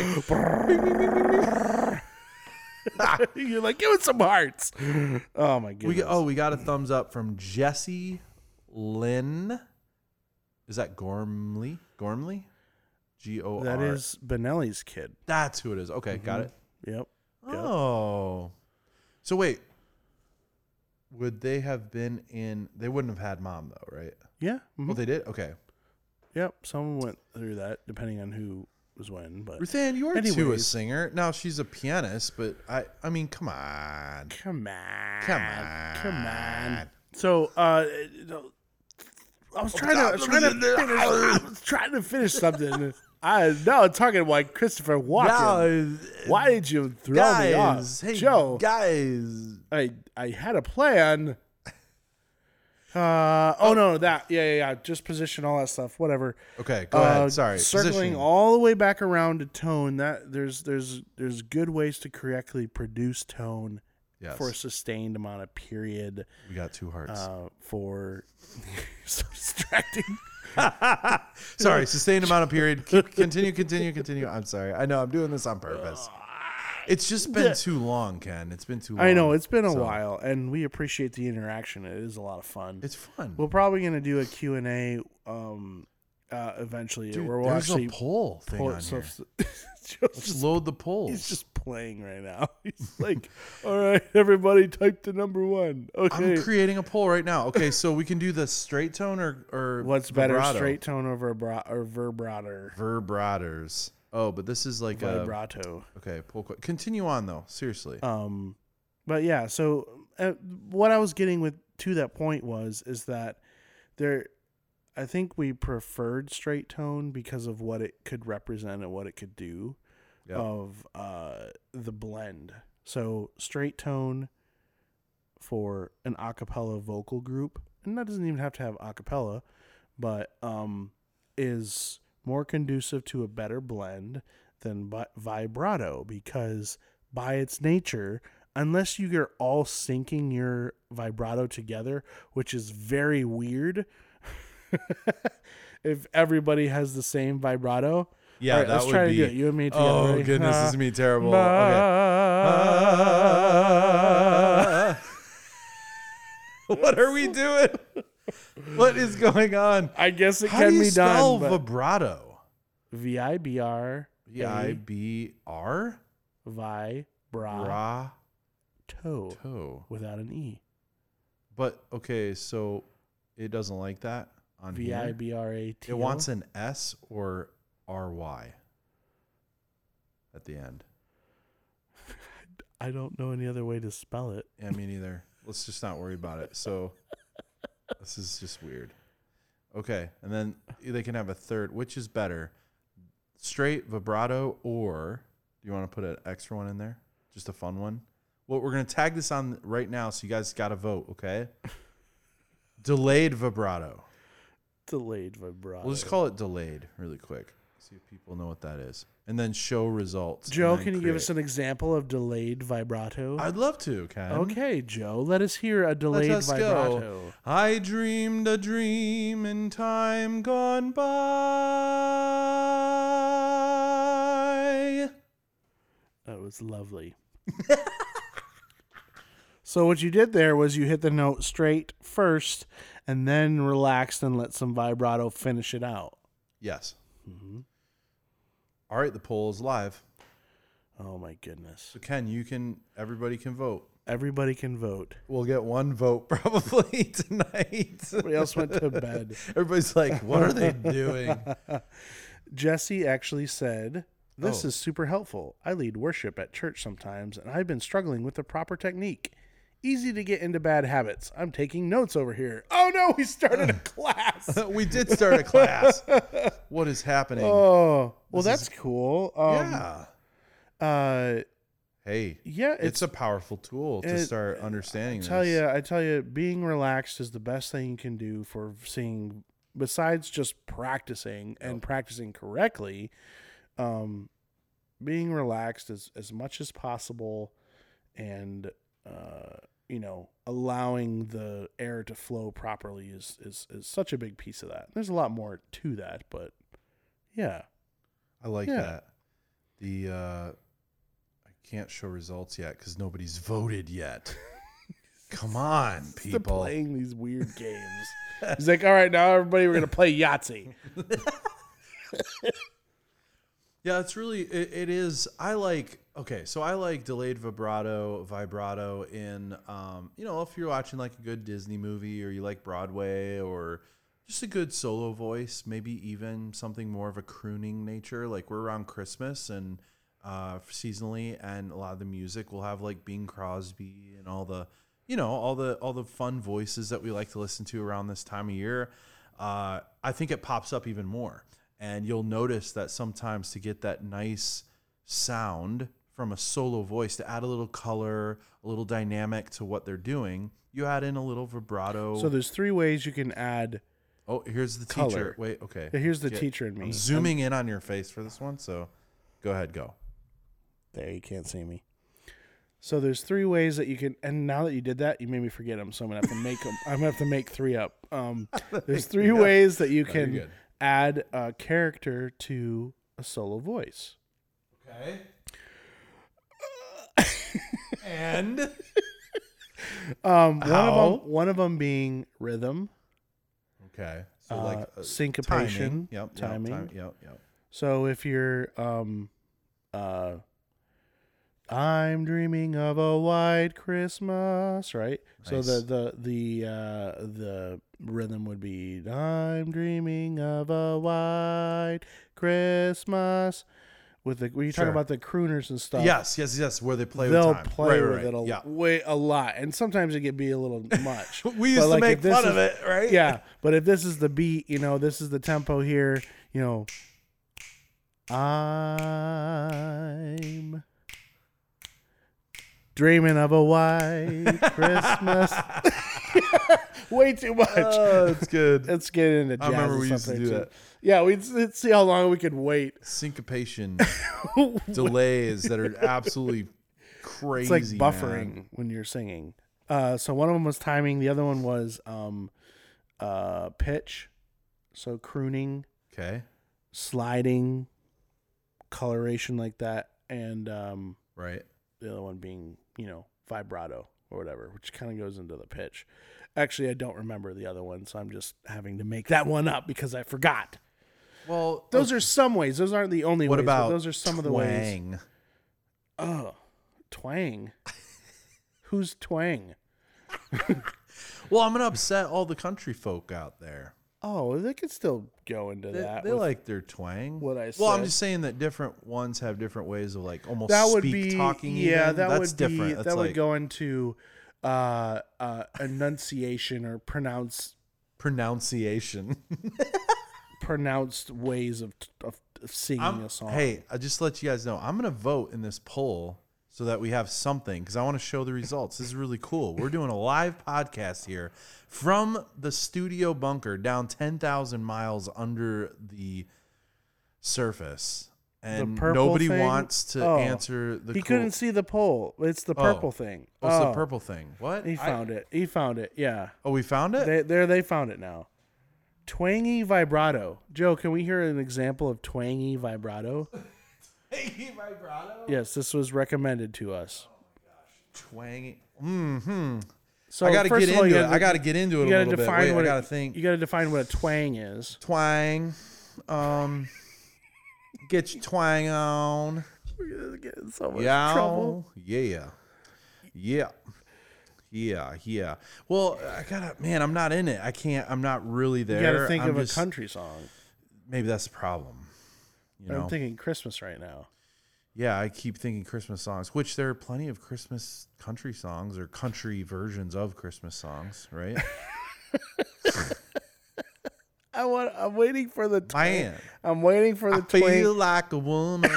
you're like, give it some hearts. Oh my goodness. we got- oh, we got a thumbs up from Jesse Lynn. Is that Gormley? Gormley. G O R. that is Mm-hmm. Benelli's kid. That's who it is. Okay, got it. Yep. Oh. So wait. Would they have been in they wouldn't have had mom though, right? Yeah. mhm. Well they did? Okay. Yep, someone went through that, depending on who was when, but Ruthann, you're too a Anyways. singer. Now she's a pianist, but I I mean, come on. come on, Come on. come on. So, uh, I Oh, was trying to, I was trying to, finish, I was trying to finish something. I now I'm talking like Christopher Walken. Why did you throw me off, Joe? guys. I I had a plan. Uh, oh no, that yeah yeah yeah, just position all that stuff, whatever. Okay, go Uh, ahead. Sorry. circling Position. all the way back around to tone. That there's there's there's good ways to correctly produce tone Yes. for a sustained amount of period. we got two hearts. Uh, for so distracting. sorry, sustained amount of period. C- Continue, continue, continue. I'm sorry. I know I'm doing this on purpose. It's just been too long, Ken. It's been too long. Uh, I know it's been a So- while, and we appreciate the interaction. It is a lot of fun. It's fun. We're probably gonna do a Q and A um, uh, eventually, Dude, where we'll there's actually a poll thing pull on it. So here. Joe's Just just load the polls. He's just playing right now. He's like, all right, everybody type the number one. Okay. I'm creating a poll right now. Okay, so we can do the straight tone or or What's better, vibrato? straight tone or, verbra- or vibrato? vibratos. Oh, but this is like Vibrato. a okay. Poll. que- Continue on though. Seriously. Um, but yeah, so uh, what I was getting with to that point was is that there, I think we preferred straight tone because of what it could represent and what it could do Yeah. of uh, the blend. So straight tone for an a cappella vocal group, and that doesn't even have to have a cappella, but um, is more conducive to a better blend than vi- vibrato because by its nature, unless you are all syncing your vibrato together, which is very weird. if everybody has the same vibrato, yeah, all right, that let's would try be. to do it. You and me together. oh ready? Uh, goodness, this is me terrible. Okay. Ah. what are we doing? What is going on? I guess it How can do you be spell done. but- vibrato? V i b r V i b r vibrato brato. without an e. But okay, so it doesn't like that on V i here. b r a t. It wants an S or R Y at the end. I don't know any other way to spell it. Yeah, me neither. Let's just not worry about it. So this is just weird. Okay, and then they can have a third. Which is better, straight vibrato or do you want to put an extra one in there? Just a fun one. Well, we're gonna tag this on right now, so you guys got to vote. Okay. Delayed vibrato. Delayed vibrato. We'll just call it delayed really quick. See if people know what that is. And then show results. and Joe, then can you give create- us an example of delayed vibrato? I'd love to, Ken. okay, Joe, let us hear a Let delayed us vibrato. go. I dreamed a dream in time gone by. That was lovely. so what you did there was you hit the note straight first, and then relaxed and let some vibrato finish it out. Yes. Mm-hmm. All right, the poll is live. Oh my goodness! So Ken, you can. Everybody can vote. Everybody can vote. We'll get one vote probably tonight. Everybody else went to bed. Everybody's like, "What are they doing?" Jesse actually said, This Oh. is super helpful. I lead worship at church sometimes, and I've been struggling with the proper technique. Easy to get into bad habits. I'm taking notes over here. Oh no, we started a class. we did start a class. What is happening? Oh, well, that's cool. Um, yeah. yeah. Uh, Hey, yeah, it's, it's, a powerful tool to it- start understanding. I tell this. you, I tell you, being relaxed is the best thing you can do for seeing. Besides just practicing and practicing correctly, um, being relaxed as as much as possible, and uh, you know, allowing the air to flow properly is is is such a big piece of that. There's a lot more to that, but yeah, I like Yeah. that. The uh, I can't show results yet because nobody's voted yet. Come on, They're people. playing these weird games. He's like, all right, now everybody, we're gonna play Yahtzee. Yeah, it's really it, it is. I like okay, so I like delayed vibrato, vibrato in um, you know, if you're watching like a good Disney movie or you like Broadway or just a good solo voice, maybe even something more of a crooning nature. Like we're around Christmas and uh, seasonally, and a lot of the music will have like Bing Crosby and all the, you know, all the all the fun voices that we like to listen to around this time of year. Uh, I think it pops up even more, and you'll notice that sometimes to get that nice sound from a solo voice to add a little color, a little dynamic to what they're doing, you add in a little vibrato. So there's three ways you can add. Oh, here's the Color. teacher. Wait, okay. Here's the Get- teacher in me. I'm zooming in on your face for this one, so go ahead, go. There, you can't see me. So there's three ways that you can, and now that you did that, you made me forget them. So I'm gonna have to make 'em- I'm gonna have to make three up. Um, there's three three up. ways that you No, you're can good. add a character to a solo voice. Okay. and Um, one How? of them, one of 'em being rhythm. okay, so Uh, like uh, syncopation, timing. Yep, timing. Yep, time, yep, yep. So if you're, um, uh, I'm dreaming of a white Christmas, right? So Nice. the the the uh, the rhythm would be I'm dreaming of a white Christmas. With the when you talk Sure. about the crooners and stuff, Yes, yes, yes. Where they play they'll with time. play Right, right, with right. it a yeah. way a lot, and sometimes it can be a little much. We used But, to like, make if this fun is- of it, right? yeah, but if this is the beat, you know, this is the tempo here, you know, I'm dreaming of a white Christmas. Way too much. Oh, it's good. Let's get into jazz. I remember or we used to something, do too. that. Yeah, we'd s- let's see how long we could wait. Syncopation it's delays that are absolutely crazy. like man. buffering when you're singing. Uh, so one of them was timing. The other one was um, uh, pitch. So crooning. Okay, sliding coloration like that and um, right. the other one being you know vibrato or whatever which kind of goes into the pitch actually i don't remember the other one so i'm just having to make that one up because i forgot Well, those are some ways those aren't the only what ways but about those are some of the ways twang? oh twang who's twang Well, I'm gonna upset all the country folk out there. oh they could still go into They, that they with- like their twang. what I Well, I'm said. just saying that different ones have different ways of like almost that would speak be talking. yeah even. that that's would different. be That's that like would go into uh uh enunciation or pronounce pronunciation. pronounced ways of of, of singing I'm- a song Hey, I just let you guys know I'm gonna vote in this poll so that we have something because I want to show the results. This is really cool. We're doing a live podcast here from the studio bunker down ten thousand miles under the surface, and purple nobody thing? wants to Oh. answer the. he cool- couldn't see the pole it's the purple thing Oh, it's Oh, the purple thing. What? he I- found it he found it yeah oh, we found it. they, there they found it now twangy vibrato joe can we hear an example of twangy vibrato vibrato. yes this was recommended to us Twangy. Hmm. so I gotta Oh, first get of all, into you it. gotta- I gotta get into it you a gotta little bit. define Wait, what I it- gotta think. you gotta define what a twang is twang. Um, get your twang on. getting so much Yeah. trouble. Yeah. Yeah. Yeah. Yeah. Well, I gotta, man, I'm not in it. I can't, I'm not really oh, there. You got to think I'm of just- a country song. Maybe that's the problem. You know? I'm thinking Christmas right now. yeah, I keep thinking Christmas songs, which there are plenty of Christmas country songs or country versions of Christmas songs, right? I want. I'm waiting for the. Tw- Man, I'm waiting for the I twang. feel like a woman.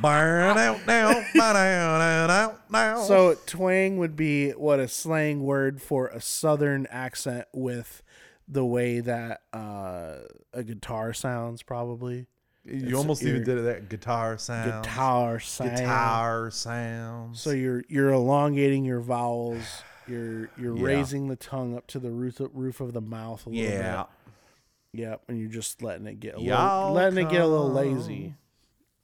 Burn out now, burn out, out now. So twang would be what a slang word for a southern accent with the way that uh, a guitar sounds, probably you almost even did it that guitar sound, guitar sound. guitar sounds. So you're you're elongating your vowels. You're you're Yeah. raising the tongue up to the roof roof of the mouth a little yeah, bit. Yep, and you're just letting it get a Y'all little, letting it get a little come. lazy,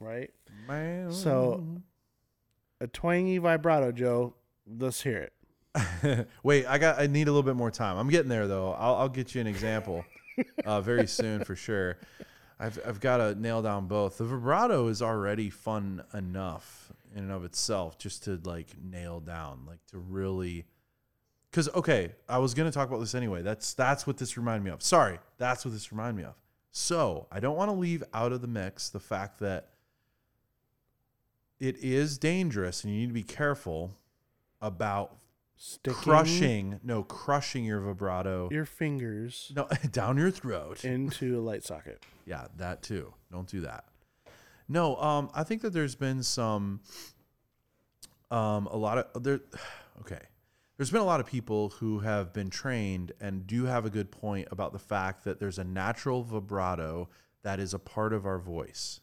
right? man. So- A twangy vibrato, Joe. Let's hear it. wait, I got. I need a little bit more time. I'm getting there though. I'll, I'll get you an example uh, very soon for sure. I've I've got to nail down both. The vibrato is already fun enough in and of itself, just to like nail down, like to really Because okay, I was gonna talk about this anyway. That's that's what this reminded me of. Sorry, that's what this reminded me of. So I don't want to leave out of the mix the fact that it is dangerous and you need to be careful about Sticking crushing no crushing your vibrato your fingers no down your throat into a light socket. yeah, that too. Don't do that. No, um, I think that there's been some, um, a lot of there. Okay, there's been a lot of people who have been trained and do have a good point about the fact that there's a natural vibrato that is a part of our voice,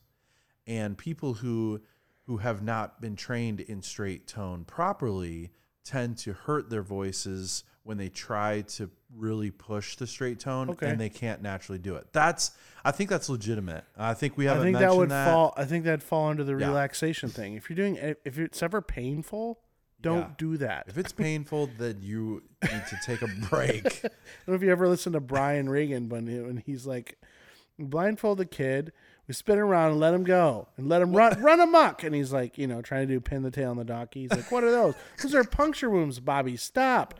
and people who who have not been trained in straight tone properly tend to hurt their voices when they try to really push the straight tone Okay. and they can't naturally do it. That's I think that's legitimate. I think we I haven't think mentioned that that. would fall. I think that'd fall under the Yeah. relaxation thing. If you're doing, if it's ever painful, don't Yeah. do that. If it's painful, then you need to take a break. I don't know if you ever listened to Brian Regan, but he- when he's like, blindfold the kid, we spin him around and let him go and let him run, run amok. And he's like, you know, trying to do pin the tail on the donkey. He's like, what are those? Those are puncture wounds, Bobby. Stop.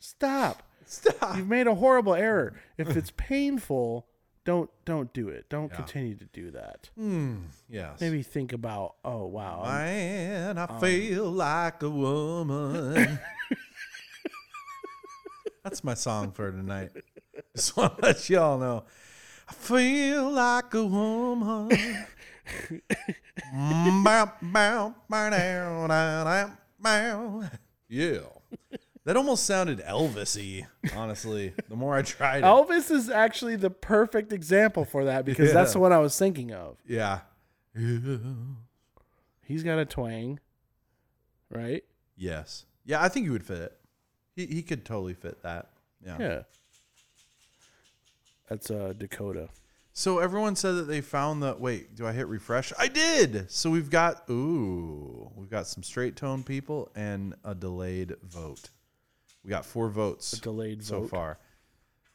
Stop. Stop. You've made a horrible error. If it's painful, don't don't do it. Don't continue to do that. Mm. Yes. Maybe Um, think about, oh wow, I'm- Man, I feel like a woman. That's my song for tonight. Just want to let y'all know. I feel like a woman. Mm, bow, bow, bow, dow, dow, dow, bow. yeah. That almost sounded Elvis y, honestly, the more I tried it. Elvis is actually the perfect example for that because that's Yeah. the one I was thinking of. Yeah. He's got a twang, right? Yes. Yeah, I think he would fit it. He, he could totally fit that. Yeah. That's uh, Dakota. So everyone said that they found the wait, do I hit refresh? I did. So we've got ooh, we've got some straight tone people and a delayed vote. We got four votes Delayed so vote. far.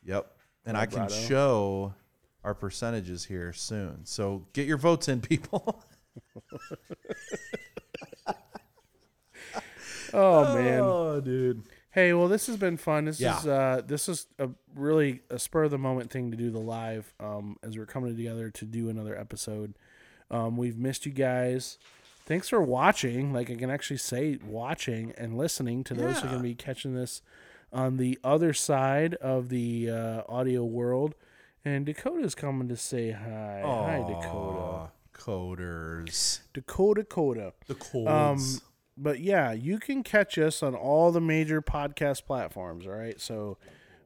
Yep. And I can Vibrato. show our percentages here soon. So get your votes in, people. Oh man. oh, dude. Hey, well, this has been fun. This Yeah. is uh, this is a really a spur of the moment thing to do the live um, as we're coming together to do another episode. Um, we've missed you guys. Thanks for watching. Like I can actually say watching and listening to those who are Yeah. going to be catching this on the other side of the uh, audio world. And Dakota's coming to say hi. Hi, Dakota. Aw, Coders. Dakota, Dakota. The Um, colds. but yeah, you can catch us on all the major podcast platforms. All right, so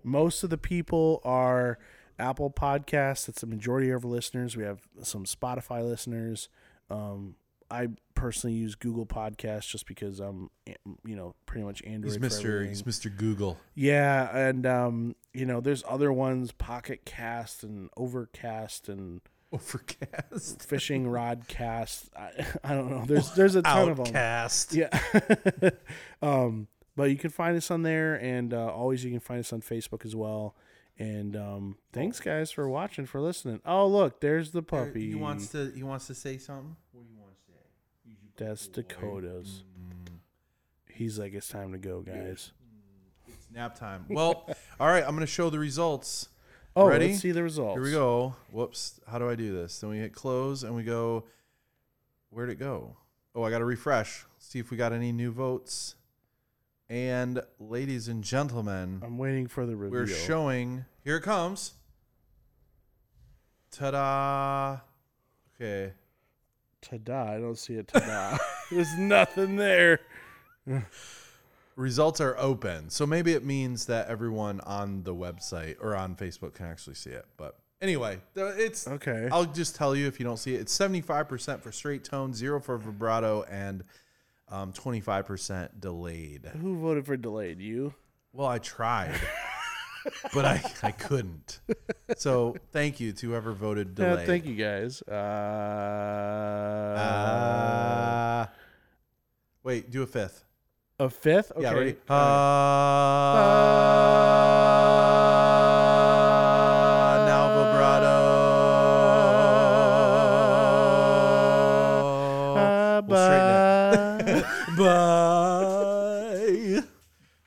most of the people are Apple Podcasts. That's the majority of our listeners. We have some Spotify listeners. Um, I personally use Google Podcasts just because I'm, you know, pretty much Android. he's for Mr. everything. He's Mr. Google. Yeah, and um, you know, there's other ones, Pocket Cast and Overcast and Overcast. Fishing Rod Cast. I, I don't know. There's there's a ton of them. Outcast. Yeah. um, but you can find us on there, and uh, always you can find us on Facebook as well. And um, thanks, guys, for watching, for listening. Oh, look, there's the puppy. He wants to. He wants to say something. What do you want to say? That's Dakota's. He's like, it's time to go, guys. It's nap time. Well, all right. I'm gonna show the results. Oh, Ready? let's see the results. Here we go. Whoops. How do I do this? Then we hit close and we go. Where'd it go? Oh, I got to refresh. See if we got any new votes. And ladies and gentlemen, I'm waiting for the reveal. we're showing. Here it comes. Ta-da! Okay. Ta-da! I don't see a ta-da. There's nothing there. results are open. So maybe it means that everyone on the website or on Facebook can actually see it. But anyway, th- it's Okay. I'll just tell you if you don't see it. It's seventy five percent for straight tone, zero for vibrato, and um twenty five percent delayed. Who voted for delayed? You? Well, I tried. but I, I couldn't. So thank you to whoever voted Yeah, delayed. thank you guys. Uh, Uh, wait, do a fifth. a fifth? Okay. Yeah, ready? Uh, now vibrato. Uh. We'll straighten it. Bye.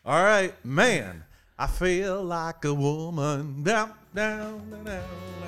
All right, man. feel like a woman. Down, down, down. down.